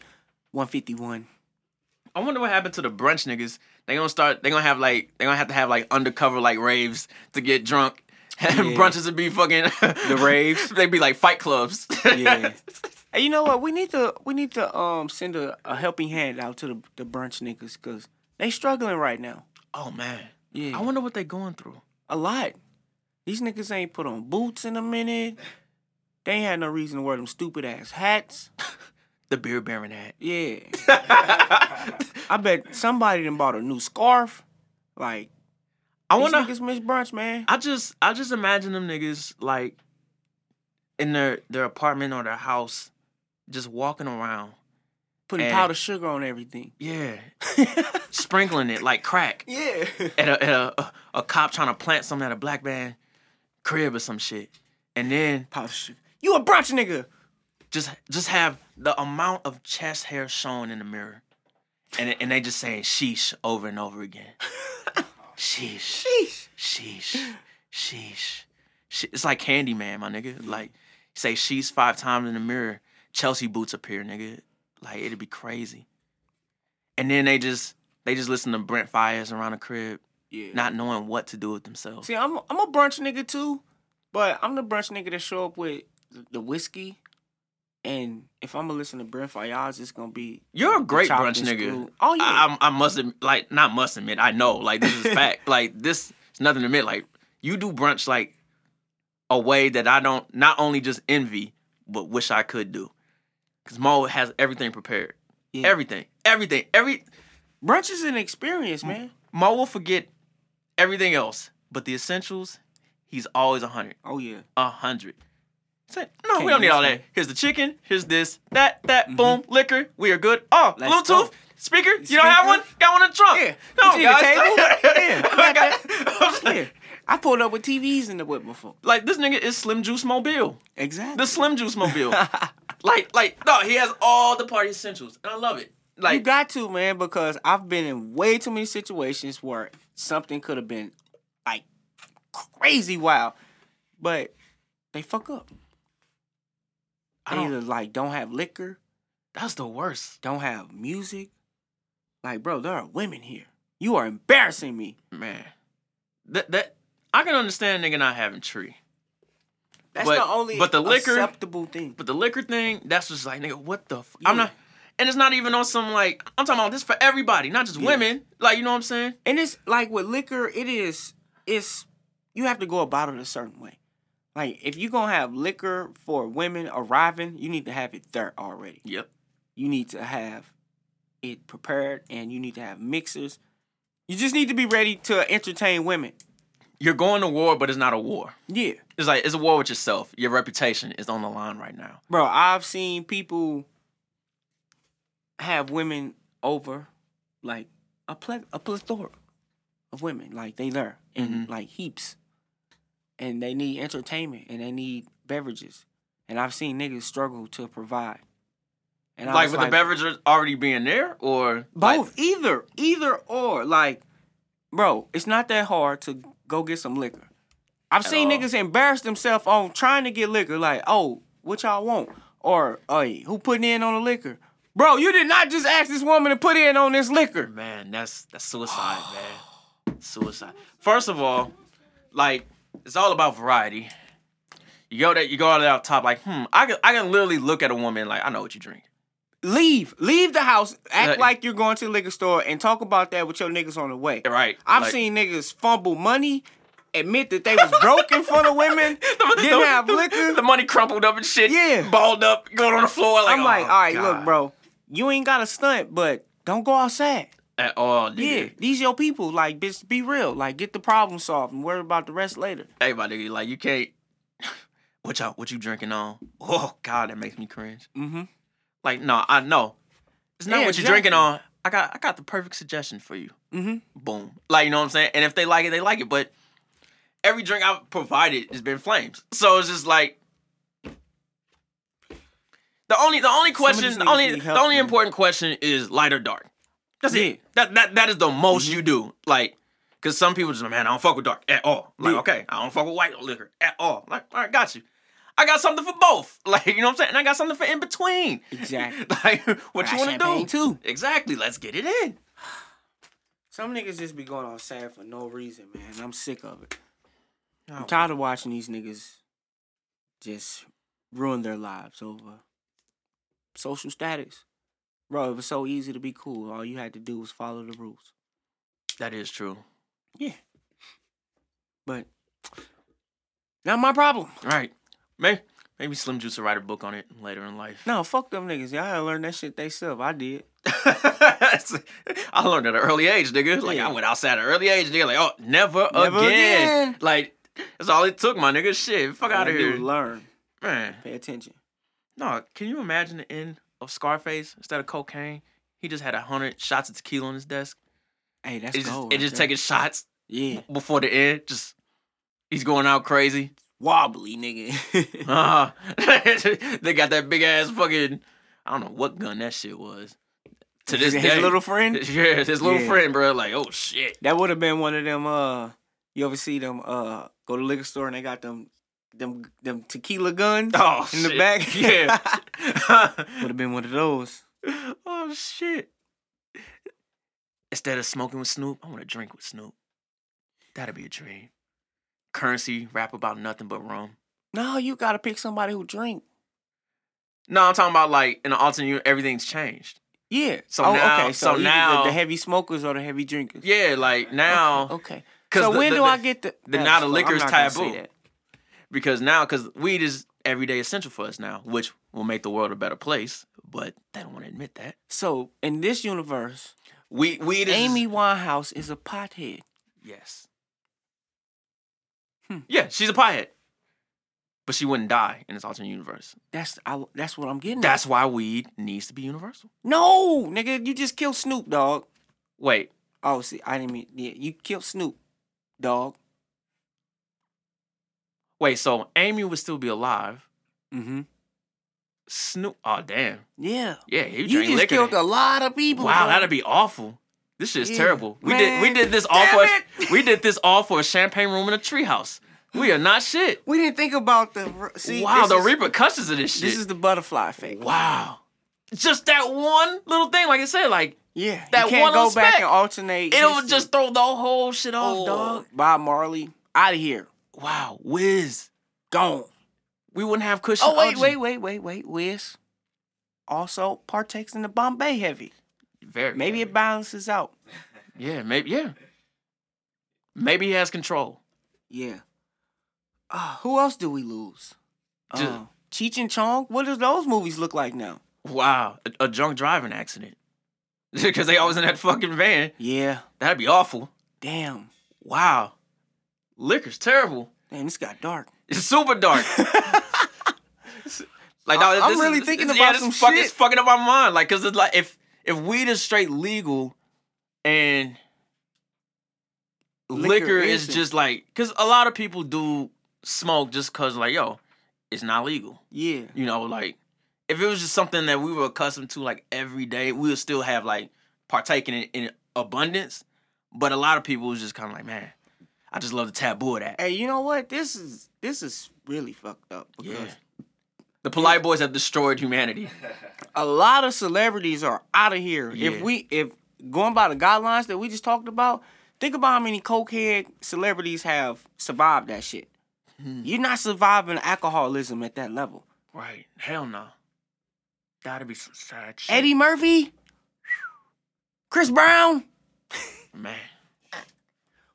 Speaker 4: 151.
Speaker 1: I wonder what happened to the brunch niggas. They gonna start. They gonna have like. They gonna have to have like undercover like raves to get drunk. And
Speaker 4: Yeah.
Speaker 1: brunches would be fucking the
Speaker 4: raves?
Speaker 1: They'd be like fight clubs.
Speaker 4: Yeah. hey, you know what? We need to we need to um send a, a helping hand out to the, the brunch niggas because they struggling right now.
Speaker 1: Oh man.
Speaker 4: Yeah.
Speaker 1: I wonder what they going through.
Speaker 4: a lot. These niggas ain't put on boots in a minute. They ain't had no reason to wear them stupid ass hats.
Speaker 1: The beer baron hat.
Speaker 4: Yeah. I bet somebody done bought a new scarf. Like,
Speaker 1: I
Speaker 4: these
Speaker 1: wonder.
Speaker 4: niggas miss brunch, man.
Speaker 1: I just. I just imagine them niggas like. in their their apartment or their house, just walking around.
Speaker 4: Putting
Speaker 1: And-
Speaker 4: powdered sugar on everything.
Speaker 1: Yeah, sprinkling it like crack
Speaker 4: Yeah.
Speaker 1: at a at a, a, a cop trying to plant something at a black man crib or some shit, and then
Speaker 4: powdered sugar. You a brunch nigga.
Speaker 1: just just have the amount of chest hair shown in the mirror, and and they just saying sheesh over and over again. sheesh,
Speaker 4: Sheesh.
Speaker 1: sheesh, sheesh. She- It's like Candyman, my nigga. Like say sheesh five times in the mirror, Chelsea boots appear, nigga. Like it'd be crazy. And then they just they just listen to Brent Fires around the crib,
Speaker 4: Yeah.
Speaker 1: not knowing what to do with themselves.
Speaker 4: See, I'm I'm a brunch nigga too, but I'm the brunch nigga that show up with the whiskey. And if I'm gonna listen to Brent Fayaz, it's gonna be
Speaker 1: You're a great
Speaker 4: Chopped
Speaker 1: brunch
Speaker 4: and
Speaker 1: nigga.
Speaker 4: screwed. Oh, yeah.
Speaker 1: I, I, I must admit, like not must admit. I know, like this is fact. like this is nothing to admit. Like you do brunch like a way that I don't. Not only just envy, but wish I could do. Cause Mo has everything prepared.
Speaker 4: Yeah.
Speaker 1: Everything, everything, every.
Speaker 4: brunch is an experience, man.
Speaker 1: Mo will forget everything else, but the essentials. He's always a hundred.
Speaker 4: Oh yeah.
Speaker 1: A hundred. It's like, No,
Speaker 4: Can't
Speaker 1: we don't need
Speaker 4: miss
Speaker 1: all
Speaker 4: me.
Speaker 1: that. Here's the chicken. Here's this, that, that. Boom, liquor. We are good. Oh,
Speaker 4: Let's go.
Speaker 1: Bluetooth speaker. You don't have one?
Speaker 4: Speaker.
Speaker 1: Got one in the trunk.
Speaker 4: Yeah.
Speaker 1: No,
Speaker 4: Put you at the
Speaker 1: guys.
Speaker 4: table. Yeah, I got
Speaker 1: I was like-
Speaker 4: Yeah. I pulled up with TVs in the whip before.
Speaker 1: Like this nigga is Slim Juice Mobile.
Speaker 4: Exactly.
Speaker 1: The Slim Juice Mobile. like, like, no, he has all the party essentials, and I love it.
Speaker 4: you
Speaker 1: Like,
Speaker 4: got to, man, because I've been in way too many situations where something could have been like crazy wild, but they fuck up.
Speaker 1: I
Speaker 4: They
Speaker 1: don't-
Speaker 4: either like don't have liquor,
Speaker 1: that's the worst,
Speaker 4: don't have music. Like, bro, there are women here. You are embarrassing me.
Speaker 1: man. That that I can understand nigga not having tree,
Speaker 4: That's
Speaker 1: But-
Speaker 4: the only
Speaker 1: but the liquor-
Speaker 4: acceptable thing.
Speaker 1: but the liquor thing, that's just like nigga, what the? F- I'm
Speaker 4: Yeah.
Speaker 1: not. And it's not even on some like I'm talking about this for everybody, not just
Speaker 4: Yeah.
Speaker 1: women. Like you know what I'm saying?
Speaker 4: And it's like with liquor, it is it's you have to go about it a certain way. Like if you're gonna have liquor for women arriving, you need to have it there already.
Speaker 1: Yep.
Speaker 4: You need to have it prepared and you need to have mixers. You just need to be ready to entertain women.
Speaker 1: You're going to war, but it's not a war.
Speaker 4: Yeah.
Speaker 1: It's like it's a war with yourself. Your reputation is on the line right now.
Speaker 4: Bro, I've seen people have women over, like a ple- a plethora of women, like they there and
Speaker 1: Mm-hmm.
Speaker 4: like heaps, and they need entertainment and they need beverages, and I've seen niggas struggle to provide. And
Speaker 1: like
Speaker 4: was
Speaker 1: with the beverages already being there, or like-
Speaker 4: both either either or like, bro, it's not that hard to go get some liquor. I've seen
Speaker 1: all.
Speaker 4: niggas embarrass themselves on trying to get liquor, like, oh, what y'all want? Or, hey, who putting in on the liquor? Bro, you did not just ask this woman to put in on this liquor.
Speaker 1: man, that's that's suicide, man. Suicide. First of all, like it's all about variety. You go that you go out there out top, like, hmm, I can I can literally look at a woman like I know what you drink.
Speaker 4: Leave. Leave the house. Act
Speaker 1: Hey.
Speaker 4: like you're going to the liquor store and talk about that with your niggas on the way.
Speaker 1: Right,
Speaker 4: I've
Speaker 1: like-
Speaker 4: seen niggas fumble money, admit that they was broke in front of women, didn't have liquor.
Speaker 1: The money crumpled up and shit.
Speaker 4: Yeah.
Speaker 1: Balled up, going on the floor. Like,
Speaker 4: I'm like,
Speaker 1: oh,
Speaker 4: all right,
Speaker 1: God."
Speaker 4: look, bro, you ain't got a stunt, but don't go outside.
Speaker 1: At all,
Speaker 4: Yeah,
Speaker 1: nigga.
Speaker 4: these your people. Like, bitch, be real. Like, get the problem solved and worry about the rest later.
Speaker 1: Hey, my nigga, like you can't. What y'all? What you drinking on? Oh God, that makes me cringe.
Speaker 4: Mm-hmm.
Speaker 1: Like, no, I know. It's not
Speaker 4: Yeah,
Speaker 1: what you drinking
Speaker 4: exactly.
Speaker 1: on. I got I got the perfect suggestion for you.
Speaker 4: Mhm.
Speaker 1: Boom. Like, you know what I'm saying? And if they like it, they like it. But every drink I've provided has been flames. So it's just like the only the only
Speaker 4: of these
Speaker 1: question, the
Speaker 4: niggas
Speaker 1: only
Speaker 4: need
Speaker 1: the
Speaker 4: help,
Speaker 1: only
Speaker 4: man.
Speaker 1: important question is light or dark. That's
Speaker 4: Yeah. Mm-hmm.
Speaker 1: it. That that that is the most you do. Like, cause some people just like, man, I don't fuck with dark at all. Like,
Speaker 4: Yeah.
Speaker 1: okay, I don't fuck with white liquor at all. Like, all right, got you. I got something for both. Like, you know what I'm saying? And I got something for in between.
Speaker 4: Exactly.
Speaker 1: Like, what
Speaker 4: Got
Speaker 1: you want to do?
Speaker 4: champagne, too.
Speaker 1: Exactly. Let's get it in.
Speaker 4: Some niggas just be going on sad for no reason, man. I'm sick of it. I'm tired of watching these niggas just ruin their lives over social status. Bro, it was so easy to be cool. All you had to do was follow the rules.
Speaker 1: That is true.
Speaker 4: But not my problem.
Speaker 1: All right. Maybe, maybe Slim Juice will write a book on it later in life.
Speaker 4: No, fuck them niggas. Y'all had to learn that shit they self. I did.
Speaker 1: I learned at an early age, nigga. Like
Speaker 4: Yeah.
Speaker 1: I went outside at an early age, nigga. Like oh, never,
Speaker 4: Never
Speaker 1: again.
Speaker 4: again.
Speaker 1: Like that's all it took, my nigga. Shit, fuck
Speaker 4: All
Speaker 1: out
Speaker 4: I
Speaker 1: of
Speaker 4: did
Speaker 1: here.
Speaker 4: was learn.
Speaker 1: Man,
Speaker 4: Pay attention.
Speaker 1: no, can you imagine the end of Scarface instead of cocaine? He just had a hundred shots of tequila on his desk.
Speaker 4: Hey, that's
Speaker 1: It's just,
Speaker 4: gold.
Speaker 1: it
Speaker 4: right
Speaker 1: just
Speaker 4: there.
Speaker 1: taking shots
Speaker 4: yeah
Speaker 1: before the end. Just he's going out crazy.
Speaker 4: wobbly nigga.
Speaker 1: Uh, they got that big ass fucking. I don't know what gun that shit was. To this
Speaker 4: his
Speaker 1: day,
Speaker 4: little friend.
Speaker 1: yeah, his little
Speaker 4: Yeah.
Speaker 1: friend, bro. Like, oh shit.
Speaker 4: That would have been one of them. Uh, you ever see them? Uh, go to the liquor store and they got them, them, them tequila guns
Speaker 1: Oh,
Speaker 4: in the
Speaker 1: shit.
Speaker 4: back.
Speaker 1: Yeah.
Speaker 4: would have been one of those.
Speaker 1: oh shit. Instead of smoking with Snoop, I want to drink with Snoop. That'd be a dream. Currency rap about nothing but rum.
Speaker 4: No, you gotta pick somebody who drink.
Speaker 1: No, I'm talking about like in the alternate universe, everything's changed.
Speaker 4: Yeah.
Speaker 1: So
Speaker 4: Oh,
Speaker 1: now-
Speaker 4: okay.
Speaker 1: so
Speaker 4: either the-
Speaker 1: now-
Speaker 4: the, heavy smokers or the heavy drinkers.
Speaker 1: Yeah, like now
Speaker 4: Okay.
Speaker 1: 'Cause
Speaker 4: So
Speaker 1: the-
Speaker 4: when
Speaker 1: the-
Speaker 4: do
Speaker 1: the-
Speaker 4: I get the?
Speaker 1: the-
Speaker 4: Nah,
Speaker 1: now the
Speaker 4: fuck,
Speaker 1: liquor
Speaker 4: I'm
Speaker 1: is
Speaker 4: not gonna say
Speaker 1: taboo.
Speaker 4: that.
Speaker 1: because now because weed is everyday essential for us now, which will make the world a better place. But they don't want to admit that.
Speaker 4: So in this universe,
Speaker 1: We weed is
Speaker 4: Amy Winehouse is a pothead.
Speaker 1: Yes.
Speaker 4: Hmm.
Speaker 1: Yeah, she's a pothead, but she wouldn't die in this alternate universe.
Speaker 4: That's I, that's what I'm getting. at.
Speaker 1: That's why weed needs to be universal.
Speaker 4: no, nigga, you just killed Snoop Dogg.
Speaker 1: Wait,
Speaker 4: Oh, see, I didn't mean. Yeah, you killed Snoop Dogg.
Speaker 1: wait. So Amy would still be alive.
Speaker 4: Mm-hmm.
Speaker 1: Snoop. Oh damn.
Speaker 4: Yeah.
Speaker 1: Yeah, he
Speaker 4: You
Speaker 1: drank
Speaker 4: just
Speaker 1: liquor.
Speaker 4: killed
Speaker 1: then.
Speaker 4: a lot of people.
Speaker 1: Wow,
Speaker 4: bro.
Speaker 1: that'd be awful. This shit's
Speaker 4: Yeah,
Speaker 1: terrible. We did we
Speaker 4: man.
Speaker 1: did this all
Speaker 4: Damn
Speaker 1: for
Speaker 4: it.
Speaker 1: we did this all for a champagne room in a treehouse. We are not shit.
Speaker 4: we didn't think about the. See,
Speaker 1: wow,
Speaker 4: this
Speaker 1: the
Speaker 4: is-
Speaker 1: repercussions of this shit.
Speaker 4: This is the butterfly effect.
Speaker 1: wow. Just that one little thing, like I said, like
Speaker 4: Yeah,
Speaker 1: That
Speaker 4: you can't
Speaker 1: one
Speaker 4: go
Speaker 1: on
Speaker 4: back
Speaker 1: spec,
Speaker 4: and alternate.
Speaker 1: it'll
Speaker 4: history.
Speaker 1: just throw the whole shit off,
Speaker 4: Oh,
Speaker 1: dog.
Speaker 4: Bob Marley, out of here,
Speaker 1: Wow, whiz.
Speaker 4: gone.
Speaker 1: We wouldn't have cushion.
Speaker 4: Oh wait, wait, wait, wait, wait, Wiz. Also partakes in the Bombay heavy.
Speaker 1: Very.
Speaker 4: Maybe
Speaker 1: heavy.
Speaker 4: it balances out.
Speaker 1: Yeah, maybe. Yeah. Maybe he has control.
Speaker 4: Yeah. Uh, who else do we lose?
Speaker 1: Ju-
Speaker 4: Uh, Cheech and Chong. What does those movies look like now?
Speaker 1: Wow, a, a drunk driving accident. Because they always in that fucking van.
Speaker 4: Yeah.
Speaker 1: That'd be awful.
Speaker 4: Damn.
Speaker 1: Wow. Liquor's terrible.
Speaker 4: Damn, this got dark.
Speaker 1: It's super dark. like dog,
Speaker 4: I'm
Speaker 1: this
Speaker 4: really
Speaker 1: is,
Speaker 4: thinking
Speaker 1: this,
Speaker 4: about
Speaker 1: yeah,
Speaker 4: some
Speaker 1: this fuck, It's
Speaker 4: shit.
Speaker 1: fucking up my mind. Like, cause it's like if if weed is straight legal, and liquor,
Speaker 4: Liquor
Speaker 1: is
Speaker 4: isn't.
Speaker 1: just like, cause a lot of people do smoke just cause like yo, it's not legal.
Speaker 4: Yeah.
Speaker 1: You know, like if it was just something that we were accustomed to like every day, we would still have like partaking in, in abundance. But a lot of people was just kind of like, man, I just love the taboo of that.
Speaker 4: Hey, you know what? This is this is really fucked up because
Speaker 1: Yeah. The polite boys have destroyed humanity.
Speaker 4: a lot of celebrities are out of here.
Speaker 1: Yeah.
Speaker 4: If we if going by the guidelines that we just talked about, think about how many cokehead celebrities have survived that shit.
Speaker 1: Hmm.
Speaker 4: You're not surviving alcoholism at that level.
Speaker 1: Right. Hell no. Gotta be some sad shit.
Speaker 4: Eddie Murphy, Chris Brown,
Speaker 1: Man.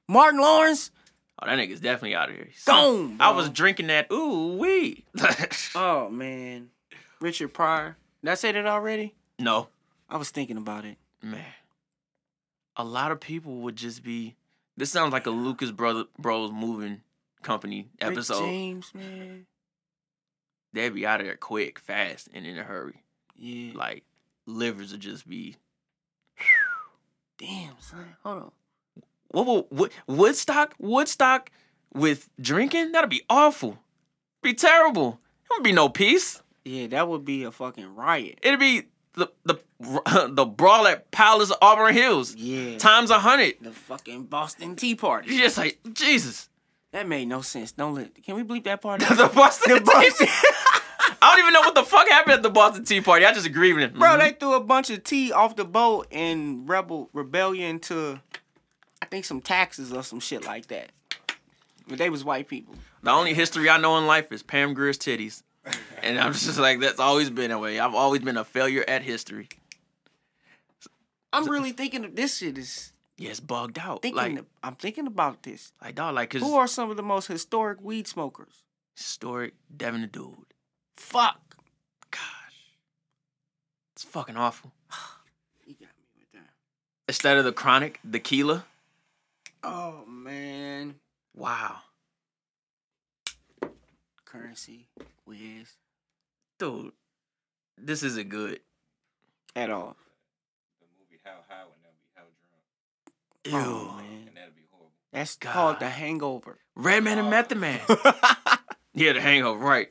Speaker 4: Martin Lawrence,
Speaker 1: Oh, that nigga's definitely out of here.
Speaker 4: Gone,
Speaker 1: I
Speaker 4: bro.
Speaker 1: was drinking that ooh wee.
Speaker 4: oh man, Richard Pryor. Did I say that already?
Speaker 1: no.
Speaker 4: I was thinking about it.
Speaker 1: Man. A lot of people would just be this sounds like a Lucas Brother Bros moving company
Speaker 4: Rick
Speaker 1: episode.
Speaker 4: James, man.
Speaker 1: They'd be out of there quick, fast, and in a hurry.
Speaker 4: Yeah.
Speaker 1: Like livers would just be
Speaker 4: Damn, son. Hold on.
Speaker 1: what, what, what Woodstock Woodstock with drinking that'd be awful, be terrible. There would be no peace.
Speaker 4: Yeah, that would be a fucking riot.
Speaker 1: It'd be the the the brawl at Palace of Auburn Hills
Speaker 4: Yeah.
Speaker 1: times a hundred.
Speaker 4: The fucking Boston Tea Party.
Speaker 1: You're just like Jesus.
Speaker 4: That made no sense. Don't let. Can we bleep that part? out?
Speaker 1: the Boston,
Speaker 4: The Boston-
Speaker 1: Tea I don't even know what the fuck happened at the Boston Tea Party. I just agree with him. Mm-hmm.
Speaker 4: Bro, they threw a bunch of tea off the boat and rebel rebellion to, I think some taxes or some shit like that. But they was white people.
Speaker 1: The only history I know in life is Pam Greer's titties. And I'm just like, that's always been that way. I've always been a failure at history.
Speaker 4: I'm really thinking of this shit is
Speaker 1: Yeah, it's bugged out.
Speaker 4: thinking.
Speaker 1: like,
Speaker 4: of- I'm thinking about this.
Speaker 1: like, dog, like, cause
Speaker 4: Who are some of the most historic weed smokers?
Speaker 1: historic Devin the Dude.
Speaker 4: Fuck.
Speaker 1: Gosh. It's fucking awful.
Speaker 4: You got me with that.
Speaker 1: Instead of the chronic, the Keela.
Speaker 4: Oh man,
Speaker 1: Wow.
Speaker 4: currency Wiz.
Speaker 1: Dude, this isn't good.
Speaker 4: At all.
Speaker 5: The movie How High would never be How Drunk,
Speaker 1: Ew.
Speaker 4: Oh, man.
Speaker 5: and that'd be horrible.
Speaker 4: That's
Speaker 1: God.
Speaker 4: called the hangover.
Speaker 1: Red Man and Method Man. yeah, the hangover, right.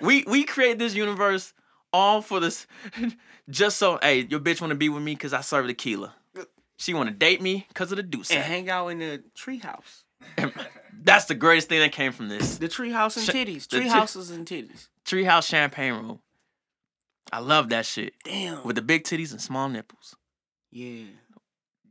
Speaker 1: We we create this universe all for this just so hey, your bitch wanna be with me cause I serve tequila. She wanna date me cause of the deuce.
Speaker 4: And hang out in the treehouse.
Speaker 1: That's the greatest thing that came from this.
Speaker 4: The treehouse and
Speaker 1: Sh-
Speaker 4: titties.
Speaker 1: the
Speaker 4: Treehouses houses and titties.
Speaker 1: Treehouse champagne room. I love that shit.
Speaker 4: Damn.
Speaker 1: With the big titties and small nipples.
Speaker 4: yeah.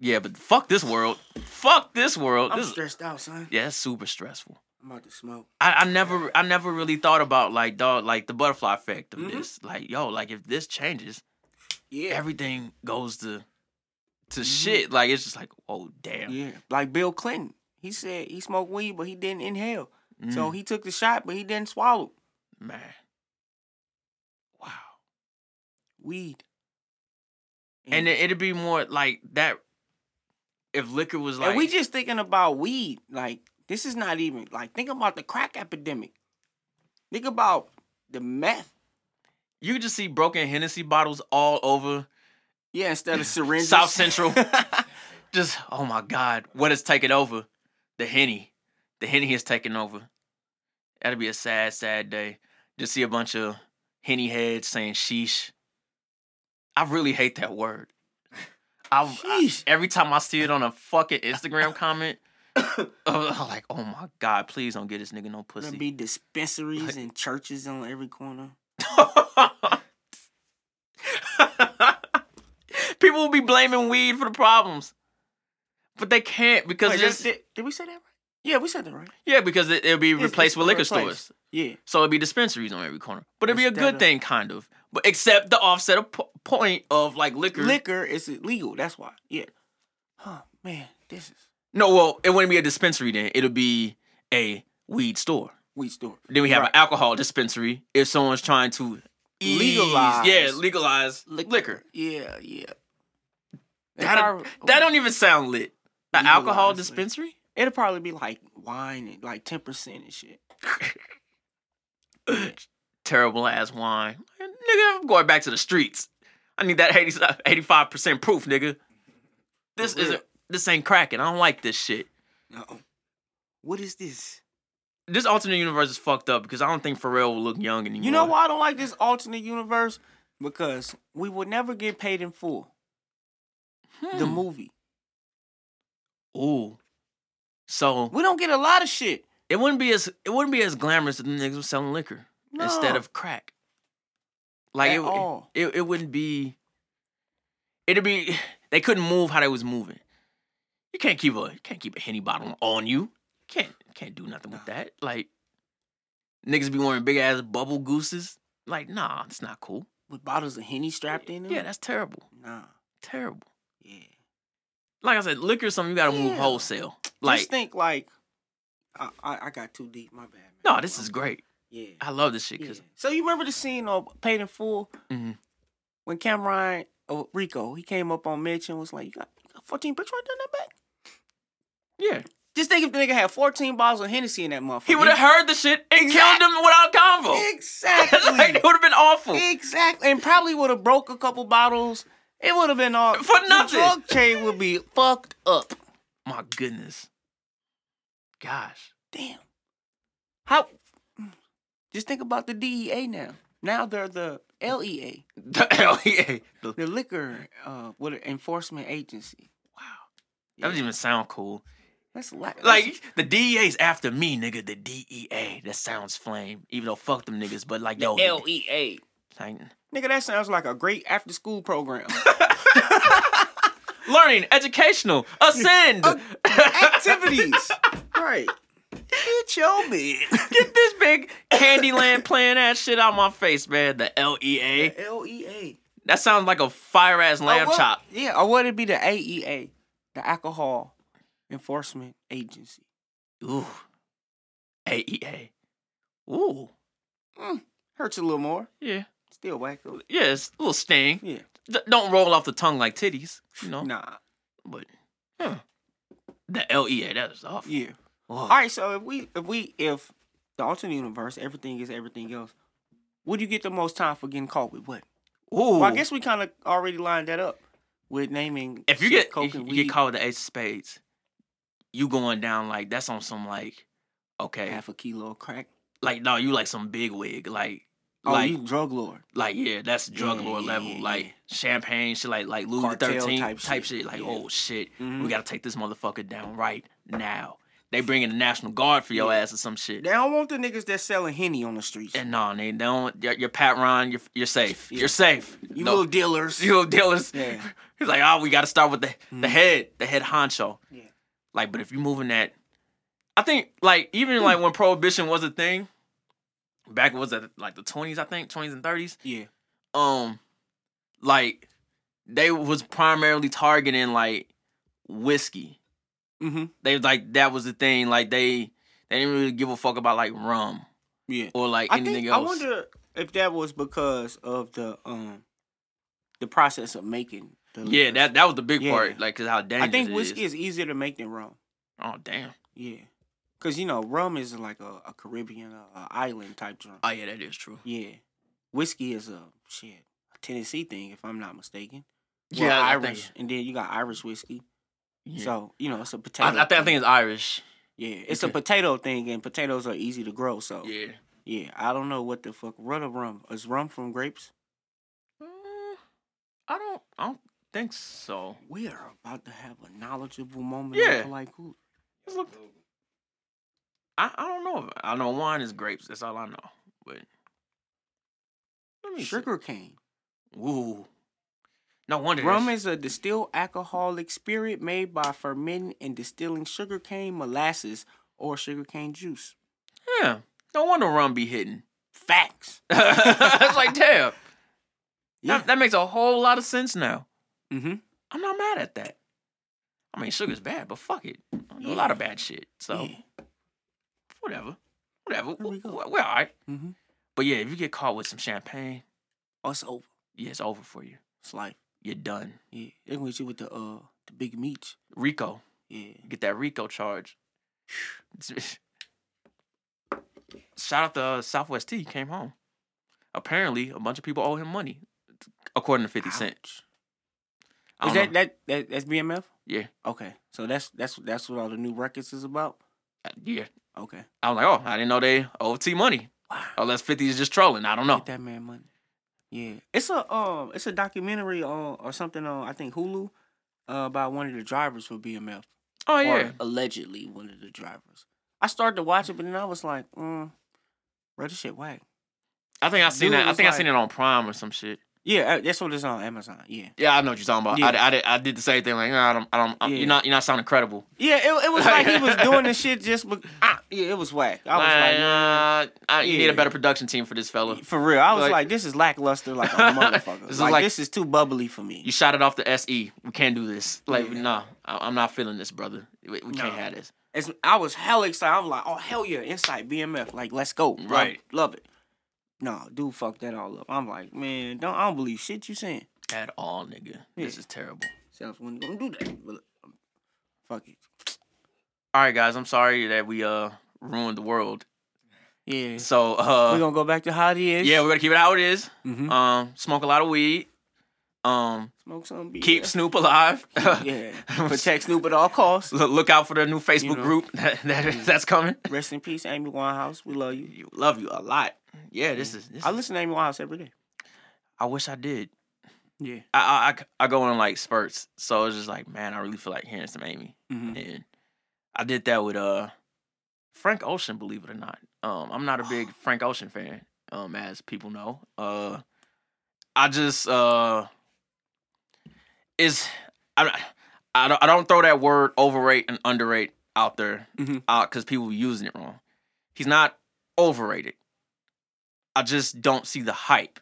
Speaker 1: Yeah, but fuck this world. Fuck this world.
Speaker 4: I'm
Speaker 1: This-
Speaker 4: stressed out, son.
Speaker 1: yeah, that's super stressful.
Speaker 4: I'm about to smoke.
Speaker 1: I, I never I never really thought about like dog like the butterfly effect of
Speaker 4: Mhm.
Speaker 1: this. Like, yo, like if this changes,
Speaker 4: Yeah. Mm-hmm.
Speaker 1: everything goes to to shit. Like it's just like, oh damn.
Speaker 4: yeah. Like Bill Clinton. He said he smoked weed, but he didn't inhale. So he took the shot, but he didn't swallow.
Speaker 1: Mm, Man. Wow.
Speaker 4: Weed.
Speaker 1: And it, it'd be more like that if liquor was like
Speaker 4: and we just thinking about weed. Like this is not even like think about the crack epidemic. Think about the meth.
Speaker 1: you could just see broken Hennessy bottles all over
Speaker 4: Yeah, instead of syringes.
Speaker 1: South Central. just oh my God, what is taking over? The henny, the henny is taking over. That'd be a sad, sad day. Just see a bunch of henny heads saying sheesh. I really hate that word. I, I-
Speaker 4: Sheesh.
Speaker 1: every time I see it on a fucking Instagram comment, I'm like, oh my God, please don't get this nigga no
Speaker 4: There'll
Speaker 1: pussy.
Speaker 4: be dispensaries and churches on every corner.
Speaker 1: People will be blaming weed for the problems, but they can't because
Speaker 4: Wait,
Speaker 1: it's,
Speaker 4: did, did- did we say that right? Yeah, we said that right.
Speaker 1: yeah, because it, it'll be
Speaker 4: It's-
Speaker 1: replaced
Speaker 4: it's
Speaker 1: with liquor
Speaker 4: replaced.
Speaker 1: stores,
Speaker 4: Yeah.
Speaker 1: so it'll be dispensaries on every corner. But it'll be a
Speaker 4: Instead
Speaker 1: good
Speaker 4: of-
Speaker 1: thing, kind of, but except the offset of po- point of like liquor.
Speaker 4: Liquor is illegal. That's why. Yeah. Huh, man. This is
Speaker 1: no, well, it wouldn't be a dispensary then. It'll be a weed store.
Speaker 4: weed store.
Speaker 1: Then we have
Speaker 4: Right.
Speaker 1: an alcohol dispensary if someone's trying to ease-
Speaker 4: Legalize.
Speaker 1: yeah, legalize liquor.
Speaker 4: Yeah, yeah.
Speaker 1: That,
Speaker 4: It'll
Speaker 1: don't-
Speaker 4: prob-
Speaker 1: that don't even sound lit. An alcohol
Speaker 4: Legalize liquor.
Speaker 1: dispensary.
Speaker 4: It'll probably be like wine and like ten percent and shit.
Speaker 1: terrible ass wine. Nigga, I'm going back to the streets. I need that 80, 85% proof, nigga. This
Speaker 4: For real.
Speaker 1: isn't this ain't cracking. I don't like this shit.
Speaker 4: No. What is this?
Speaker 1: This alternate universe is fucked up because I don't think Pharrell will look young anymore.
Speaker 4: You know why I don't like this alternate universe? Because we would never get paid in full. The
Speaker 1: Hmm.
Speaker 4: movie.
Speaker 1: Ooh. So
Speaker 4: We don't get a lot of shit.
Speaker 1: it wouldn't be as it wouldn't be as glamorous if the niggas was selling liquor instead
Speaker 4: No.
Speaker 1: of crack. Like
Speaker 4: At
Speaker 1: it, it,
Speaker 4: all.
Speaker 1: it it wouldn't be it'd be they couldn't move how they was moving. You can't keep a you can't keep a henny bottle on you. Can't can't do nothing with that. Like niggas be wearing big ass bubble gooses. Like, nah, that's not cool.
Speaker 4: With bottles of henny strapped in them.
Speaker 1: Yeah, that's terrible.
Speaker 4: nah.
Speaker 1: Terrible.
Speaker 4: Yeah.
Speaker 1: Like I said, liquor is something you gotta move
Speaker 4: Yeah.
Speaker 1: wholesale. Like,
Speaker 4: Just think like I, I, I got too deep, my bad. Man.
Speaker 1: no, this is great.
Speaker 4: Yeah.
Speaker 1: I love this shit
Speaker 4: Yeah.
Speaker 1: because
Speaker 4: So you remember the scene of Paid in Full
Speaker 1: Mhm.
Speaker 4: when Cameron oh, Rico he came up on Mitch and was like, "You got, you got 14 bricks right there in that back."
Speaker 1: yeah.
Speaker 4: Just think if the nigga had 14 bottles of Hennessy in that motherfucker.
Speaker 1: He would have heard the shit and
Speaker 4: Exact-
Speaker 1: killed him without convo.
Speaker 4: exactly,
Speaker 1: like it would have been awful.
Speaker 4: exactly, and probably would have broke a couple bottles. It would have been all
Speaker 1: For nothing.
Speaker 4: The drug trade would be fucked up.
Speaker 1: My goodness. Gosh.
Speaker 4: Damn. How? Just think about the DEA now. Now they're the LEA,
Speaker 1: The LEA. The-
Speaker 4: the liquor uh, what enforcement agency.
Speaker 1: That doesn't even sound cool.
Speaker 4: That's like
Speaker 1: Like the DEA's after me, nigga. The DEA. That sounds flame. Even though fuck them niggas, but like yo,
Speaker 4: L E A.
Speaker 1: like,
Speaker 4: Nigga, that sounds like a great after school program.
Speaker 1: learning, educational, ascend.
Speaker 4: Uh, Activities. right. Get your bitch.
Speaker 1: Get this big Candyland playing ass shit out my face, man. The LEA.
Speaker 4: L E A.
Speaker 1: That sounds like a fire
Speaker 4: Oh,
Speaker 1: ass lamb chop.
Speaker 4: Yeah, or would it be the AEA, the Alcohol Enforcement Agency?
Speaker 1: Ooh. AEA. Ooh.
Speaker 4: Hurts a little more.
Speaker 1: Yeah.
Speaker 4: Still whack though.
Speaker 1: Yeah, it's a little sting.
Speaker 4: Yeah.
Speaker 1: D- don't roll off the tongue like titties, you know.
Speaker 4: Nah.
Speaker 1: But huh. the LEA, that is awful.
Speaker 4: Yeah.
Speaker 1: Whoa.
Speaker 4: All right. So if we if we if the alternate universe, everything is everything else. Would you get the most time for getting caught with what?
Speaker 1: Ooh.
Speaker 4: Well, I guess we kind of already lined that up with naming.
Speaker 1: if you
Speaker 4: shit
Speaker 1: get if
Speaker 4: and
Speaker 1: you get
Speaker 4: weed,
Speaker 1: caught with the ace of spades, you going down like that's on some like okay,
Speaker 4: half a kilo of crack.
Speaker 1: like no, you like some big wig, like
Speaker 4: Oh,
Speaker 1: like
Speaker 4: you drug lord.
Speaker 1: like yeah, that's drug
Speaker 4: Yeah,
Speaker 1: lord
Speaker 4: yeah,
Speaker 1: level,
Speaker 4: yeah,
Speaker 1: like
Speaker 4: yeah.
Speaker 1: champagne shit, like like Louis
Speaker 4: Cartel
Speaker 1: Thirteen
Speaker 4: type
Speaker 1: type,
Speaker 4: shit,
Speaker 1: shit. like
Speaker 4: yeah.
Speaker 1: oh shit,
Speaker 4: Mhm.
Speaker 1: we gotta take this motherfucker down right now. They bringing the national guard for your ass or some shit.
Speaker 4: They don't want the niggas that selling henny on the streets.
Speaker 1: And no, they don't. Your, your Pat Ron, you're, you're safe.
Speaker 4: Yeah.
Speaker 1: You're safe.
Speaker 4: you
Speaker 1: no,
Speaker 4: little dealers.
Speaker 1: you little dealers.
Speaker 4: Yeah. Mm.
Speaker 1: He's like, oh, we got to start with the the head, the head honcho.
Speaker 4: Yeah.
Speaker 1: Like, but if you moving that, I think like even like when prohibition was a thing, back was at like the twenties, I think twenties and thirties.
Speaker 4: yeah.
Speaker 1: Um, like they was primarily targeting like whiskey.
Speaker 4: Mm-hmm.
Speaker 1: They like that was the thing. Like they they didn't really give a fuck about like rum
Speaker 4: Yeah.
Speaker 1: or like
Speaker 4: I
Speaker 1: anything
Speaker 4: think,
Speaker 1: else.
Speaker 4: I wonder if that was because of the um the process of making. The
Speaker 1: yeah,
Speaker 4: liquors.
Speaker 1: that that was the big
Speaker 4: Yeah.
Speaker 1: part. Like, cause how dangerous.
Speaker 4: I think
Speaker 1: it
Speaker 4: whiskey is. easier to make than rum.
Speaker 1: Oh damn.
Speaker 4: Yeah, because you know rum is like a, a Caribbean uh, uh, island type drink.
Speaker 1: Oh yeah, that is true.
Speaker 4: yeah, whiskey is a shit a Tennessee thing if I'm not mistaken. Well,
Speaker 1: Yeah, I think-
Speaker 4: Irish, and then you got Irish whiskey.
Speaker 1: Yeah.
Speaker 4: So you know it's a
Speaker 1: I,
Speaker 4: potato.
Speaker 1: I, think, I think it's Irish.
Speaker 4: yeah, it's a potato thing, and potatoes are easy to grow. So yeah,
Speaker 1: Yeah.
Speaker 4: I don't know what the fuck run of rum is. Rum from grapes.
Speaker 1: Mm, I don't. I don't think so.
Speaker 4: We are about to have a knowledgeable moment.
Speaker 1: Yeah.
Speaker 4: like who?
Speaker 1: I, I don't know. I know wine is grapes. That's all I know. But let me see.
Speaker 4: Sugar cane.
Speaker 1: Ooh. No wonder.
Speaker 4: Rum
Speaker 1: that's-
Speaker 4: is a distilled alcoholic spirit made by fermenting and distilling sugarcane molasses or sugarcane juice.
Speaker 1: Yeah. No wonder rum be hitting.
Speaker 4: Facts.
Speaker 1: it's like damn.
Speaker 4: Yeah.
Speaker 1: That, that makes a whole lot of sense now.
Speaker 4: Mm-hmm.
Speaker 1: I'm not mad at that. I mean, sugar's bad, but fuck it. I do A lot of bad shit. So
Speaker 4: Yeah.
Speaker 1: whatever, whatever.
Speaker 4: There we
Speaker 1: We
Speaker 4: go.
Speaker 1: are all right.
Speaker 4: Mm-hmm.
Speaker 1: But yeah, if you get caught with some champagne,
Speaker 4: Oh, it's over.
Speaker 1: yeah, it's over for you.
Speaker 4: It's life.
Speaker 1: You're done.
Speaker 4: Yeah. They went you with the uh the big meat.
Speaker 1: Rico,
Speaker 4: Yeah.
Speaker 1: get that Rico charge. Shout out to uh, Southwest T. He came home. Apparently, a bunch of people owe him money, according to Fifty Cent.
Speaker 4: Ouch.
Speaker 1: I
Speaker 4: Is that,
Speaker 1: don't know.
Speaker 4: that that that's BMF?
Speaker 1: Yeah,
Speaker 4: Okay. So that's that's that's what all the new records is about.
Speaker 1: Uh, yeah.
Speaker 4: Okay.
Speaker 1: I was like, oh, I didn't know they owed T money.
Speaker 4: Wow.
Speaker 1: Unless Fifty is just trolling. I don't know.
Speaker 4: Get that man money. Yeah, it's a um, it's a documentary on or something on I think Hulu, uh, about one of the drivers for BMF.
Speaker 1: Oh
Speaker 4: or
Speaker 1: yeah.
Speaker 4: allegedly one of the drivers. I started to watch it, but then I was like, mm, bro, this shit whack.
Speaker 1: I think I seen
Speaker 4: Dude
Speaker 1: that. I
Speaker 4: was
Speaker 1: think I
Speaker 4: like-
Speaker 1: seen it on Prime or some shit.
Speaker 4: Yeah, uh, that's what it's on Amazon. Yeah,
Speaker 1: Yeah, I know what you're talking about.
Speaker 4: Yeah.
Speaker 1: I, did- I, did, I did the same thing. Like, nah, I don't, I don't. I'm-
Speaker 4: Yeah.
Speaker 1: You're not, you're not sounding credible.
Speaker 4: yeah, it, it was like he was doing this shit just, but ah, yeah, it was whack. I was like,
Speaker 1: like, nah, I, you need
Speaker 4: yeah.
Speaker 1: a better production team for this fella.
Speaker 4: for real, I was like,
Speaker 1: Like-
Speaker 4: this is lackluster, like a motherfucker.
Speaker 1: This is
Speaker 4: like,
Speaker 1: like-
Speaker 4: this is too bubbly for me.
Speaker 1: You shot it off the SE. We can't do this. Like,
Speaker 4: Yeah.
Speaker 1: nah, I, I'm not feeling this, brother. We, we
Speaker 4: No.
Speaker 1: can't have this.
Speaker 4: It's, I was hella excited. I'm like, oh hell yeah, Insight BMF, like let's go, Love-
Speaker 1: Right.
Speaker 4: Love, it. No, dude, fuck that all up. I'm like, man, don't I don't believe shit you saying.
Speaker 1: At all, nigga. This
Speaker 4: Yeah.
Speaker 1: is terrible.
Speaker 4: Self wasn't gonna do that. But, um, fuck it.
Speaker 1: All right, guys. I'm sorry that we uh ruined the world.
Speaker 4: Yeah,
Speaker 1: So
Speaker 4: we're
Speaker 1: uh,
Speaker 4: gonna go back to how it is.
Speaker 1: yeah, we're gonna keep it how it is.
Speaker 4: Mhm.
Speaker 1: Um, smoke a lot of weed. Um,
Speaker 4: smoke some beer.
Speaker 1: keep Snoop alive.
Speaker 4: Yeah, protect Snoop at all costs.
Speaker 1: Look, look out for the new Facebook
Speaker 4: know.
Speaker 1: group that, that that's coming.
Speaker 4: Rest in peace, Amy Winehouse. We love you.
Speaker 1: Mm-hmm. You love you a lot. Yeah, this is. This
Speaker 4: I
Speaker 1: is-
Speaker 4: listen to Amy Winehouse every day.
Speaker 1: I wish I did.
Speaker 4: Yeah.
Speaker 1: I, I- I I go in like spurts, so it's just like, man, I really feel like hearing some Amy,
Speaker 4: Mhm.
Speaker 1: and I did that with uh Frank Ocean. Believe it or not, um, I'm not a big Frank Ocean fan, um, as people know. Uh, I just uh, is I I don't, I don't throw that word overrate and underrate out there,
Speaker 4: Mhm.
Speaker 1: out because people be using it wrong. He's not overrated. I just don't see the hype.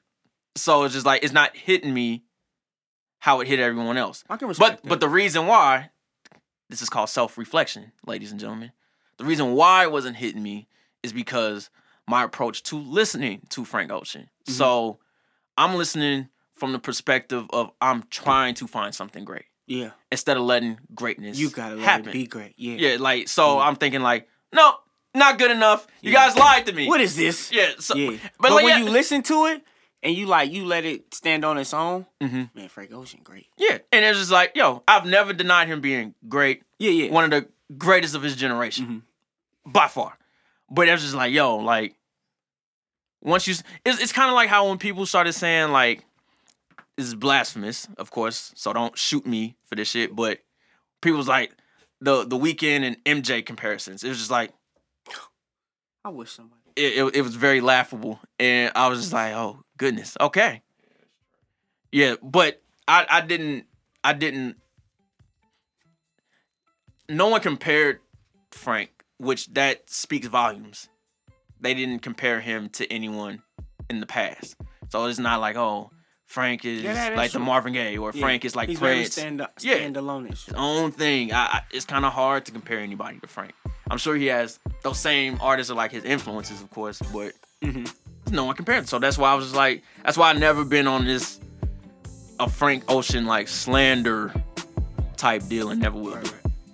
Speaker 1: So it's just like it's not hitting me how it hit everyone else.
Speaker 4: I can respect
Speaker 1: But but the reason why this is called self reflection, ladies and gentlemen. The reason why it wasn't hitting me is because my approach to listening to Frank Ocean.
Speaker 4: Mm-hmm.
Speaker 1: So I'm listening from the perspective of I'm trying to find something great
Speaker 4: yeah,
Speaker 1: instead of letting greatness
Speaker 4: you gotta let
Speaker 1: happen.
Speaker 4: it be great. Yeah,
Speaker 1: Yeah, like so I'm thinking like, no, Not good enough. You
Speaker 4: Yeah.
Speaker 1: guys lied to me.
Speaker 4: What is this?
Speaker 1: Yeah. So,
Speaker 4: yeah.
Speaker 1: But,
Speaker 4: But,
Speaker 1: like,
Speaker 4: when
Speaker 1: yeah,
Speaker 4: you listen to it and you like you let it stand on its own,
Speaker 1: Mhm.
Speaker 4: man, Frank Ocean, great.
Speaker 1: yeah, and it's just like, yo, I've never denied him being great.
Speaker 4: Yeah, yeah.
Speaker 1: One of the greatest of his generation, by far. But it was just like, yo, like once you, s- it's, it's kind of like how when people started saying like, this is blasphemous, of course. So don't shoot me for this shit. But people was like the the weekend and MJ comparisons. It was just like.
Speaker 4: I wish somebody.
Speaker 1: it, it, it was very laughable. And I was just like, oh goodness, okay. Yeah, but I, I didn't I didn't no one compared Frank, which that speaks volumes. They didn't compare him to anyone in the past. So it's not like, oh, Frank is
Speaker 4: Yeah, that is
Speaker 1: like the
Speaker 4: true.
Speaker 1: Marvin Gaye or Frank is like
Speaker 4: he's very
Speaker 1: Prince.
Speaker 4: stand up,
Speaker 1: Yeah.
Speaker 4: stand alone ish.
Speaker 1: His own thing. I, I, it's kind of hard to compare anybody to Frank. I'm sure he has those same artists are like his influences, of course, but there's no one compared. So that's why I was just like, that's why I've never been on this a Frank Ocean like slander type deal and never will. be.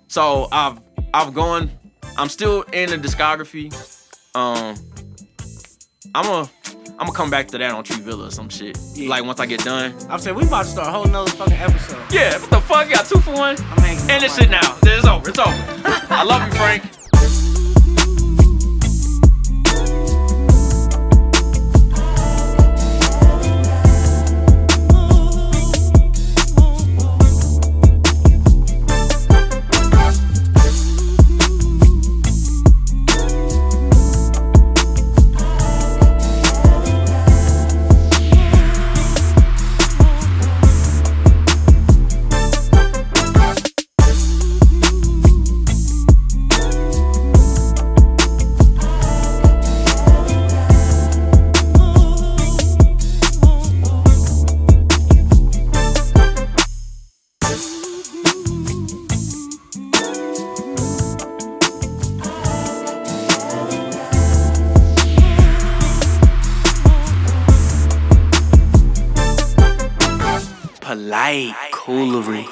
Speaker 1: So I've I've gone. I'm still in the discography. Um, I'm a I'm gonna come back to that on Tree Villa or some shit.
Speaker 4: Yeah.
Speaker 1: Like once I get done.
Speaker 4: I'm saying we about to start a whole nother fucking episode.
Speaker 1: Yeah, what the fuck? Got two for one.
Speaker 4: I'm hanging up
Speaker 1: End this
Speaker 4: on
Speaker 1: shit
Speaker 4: that.
Speaker 1: now. It's over. It's over. I love you, Frank. Polite coolery.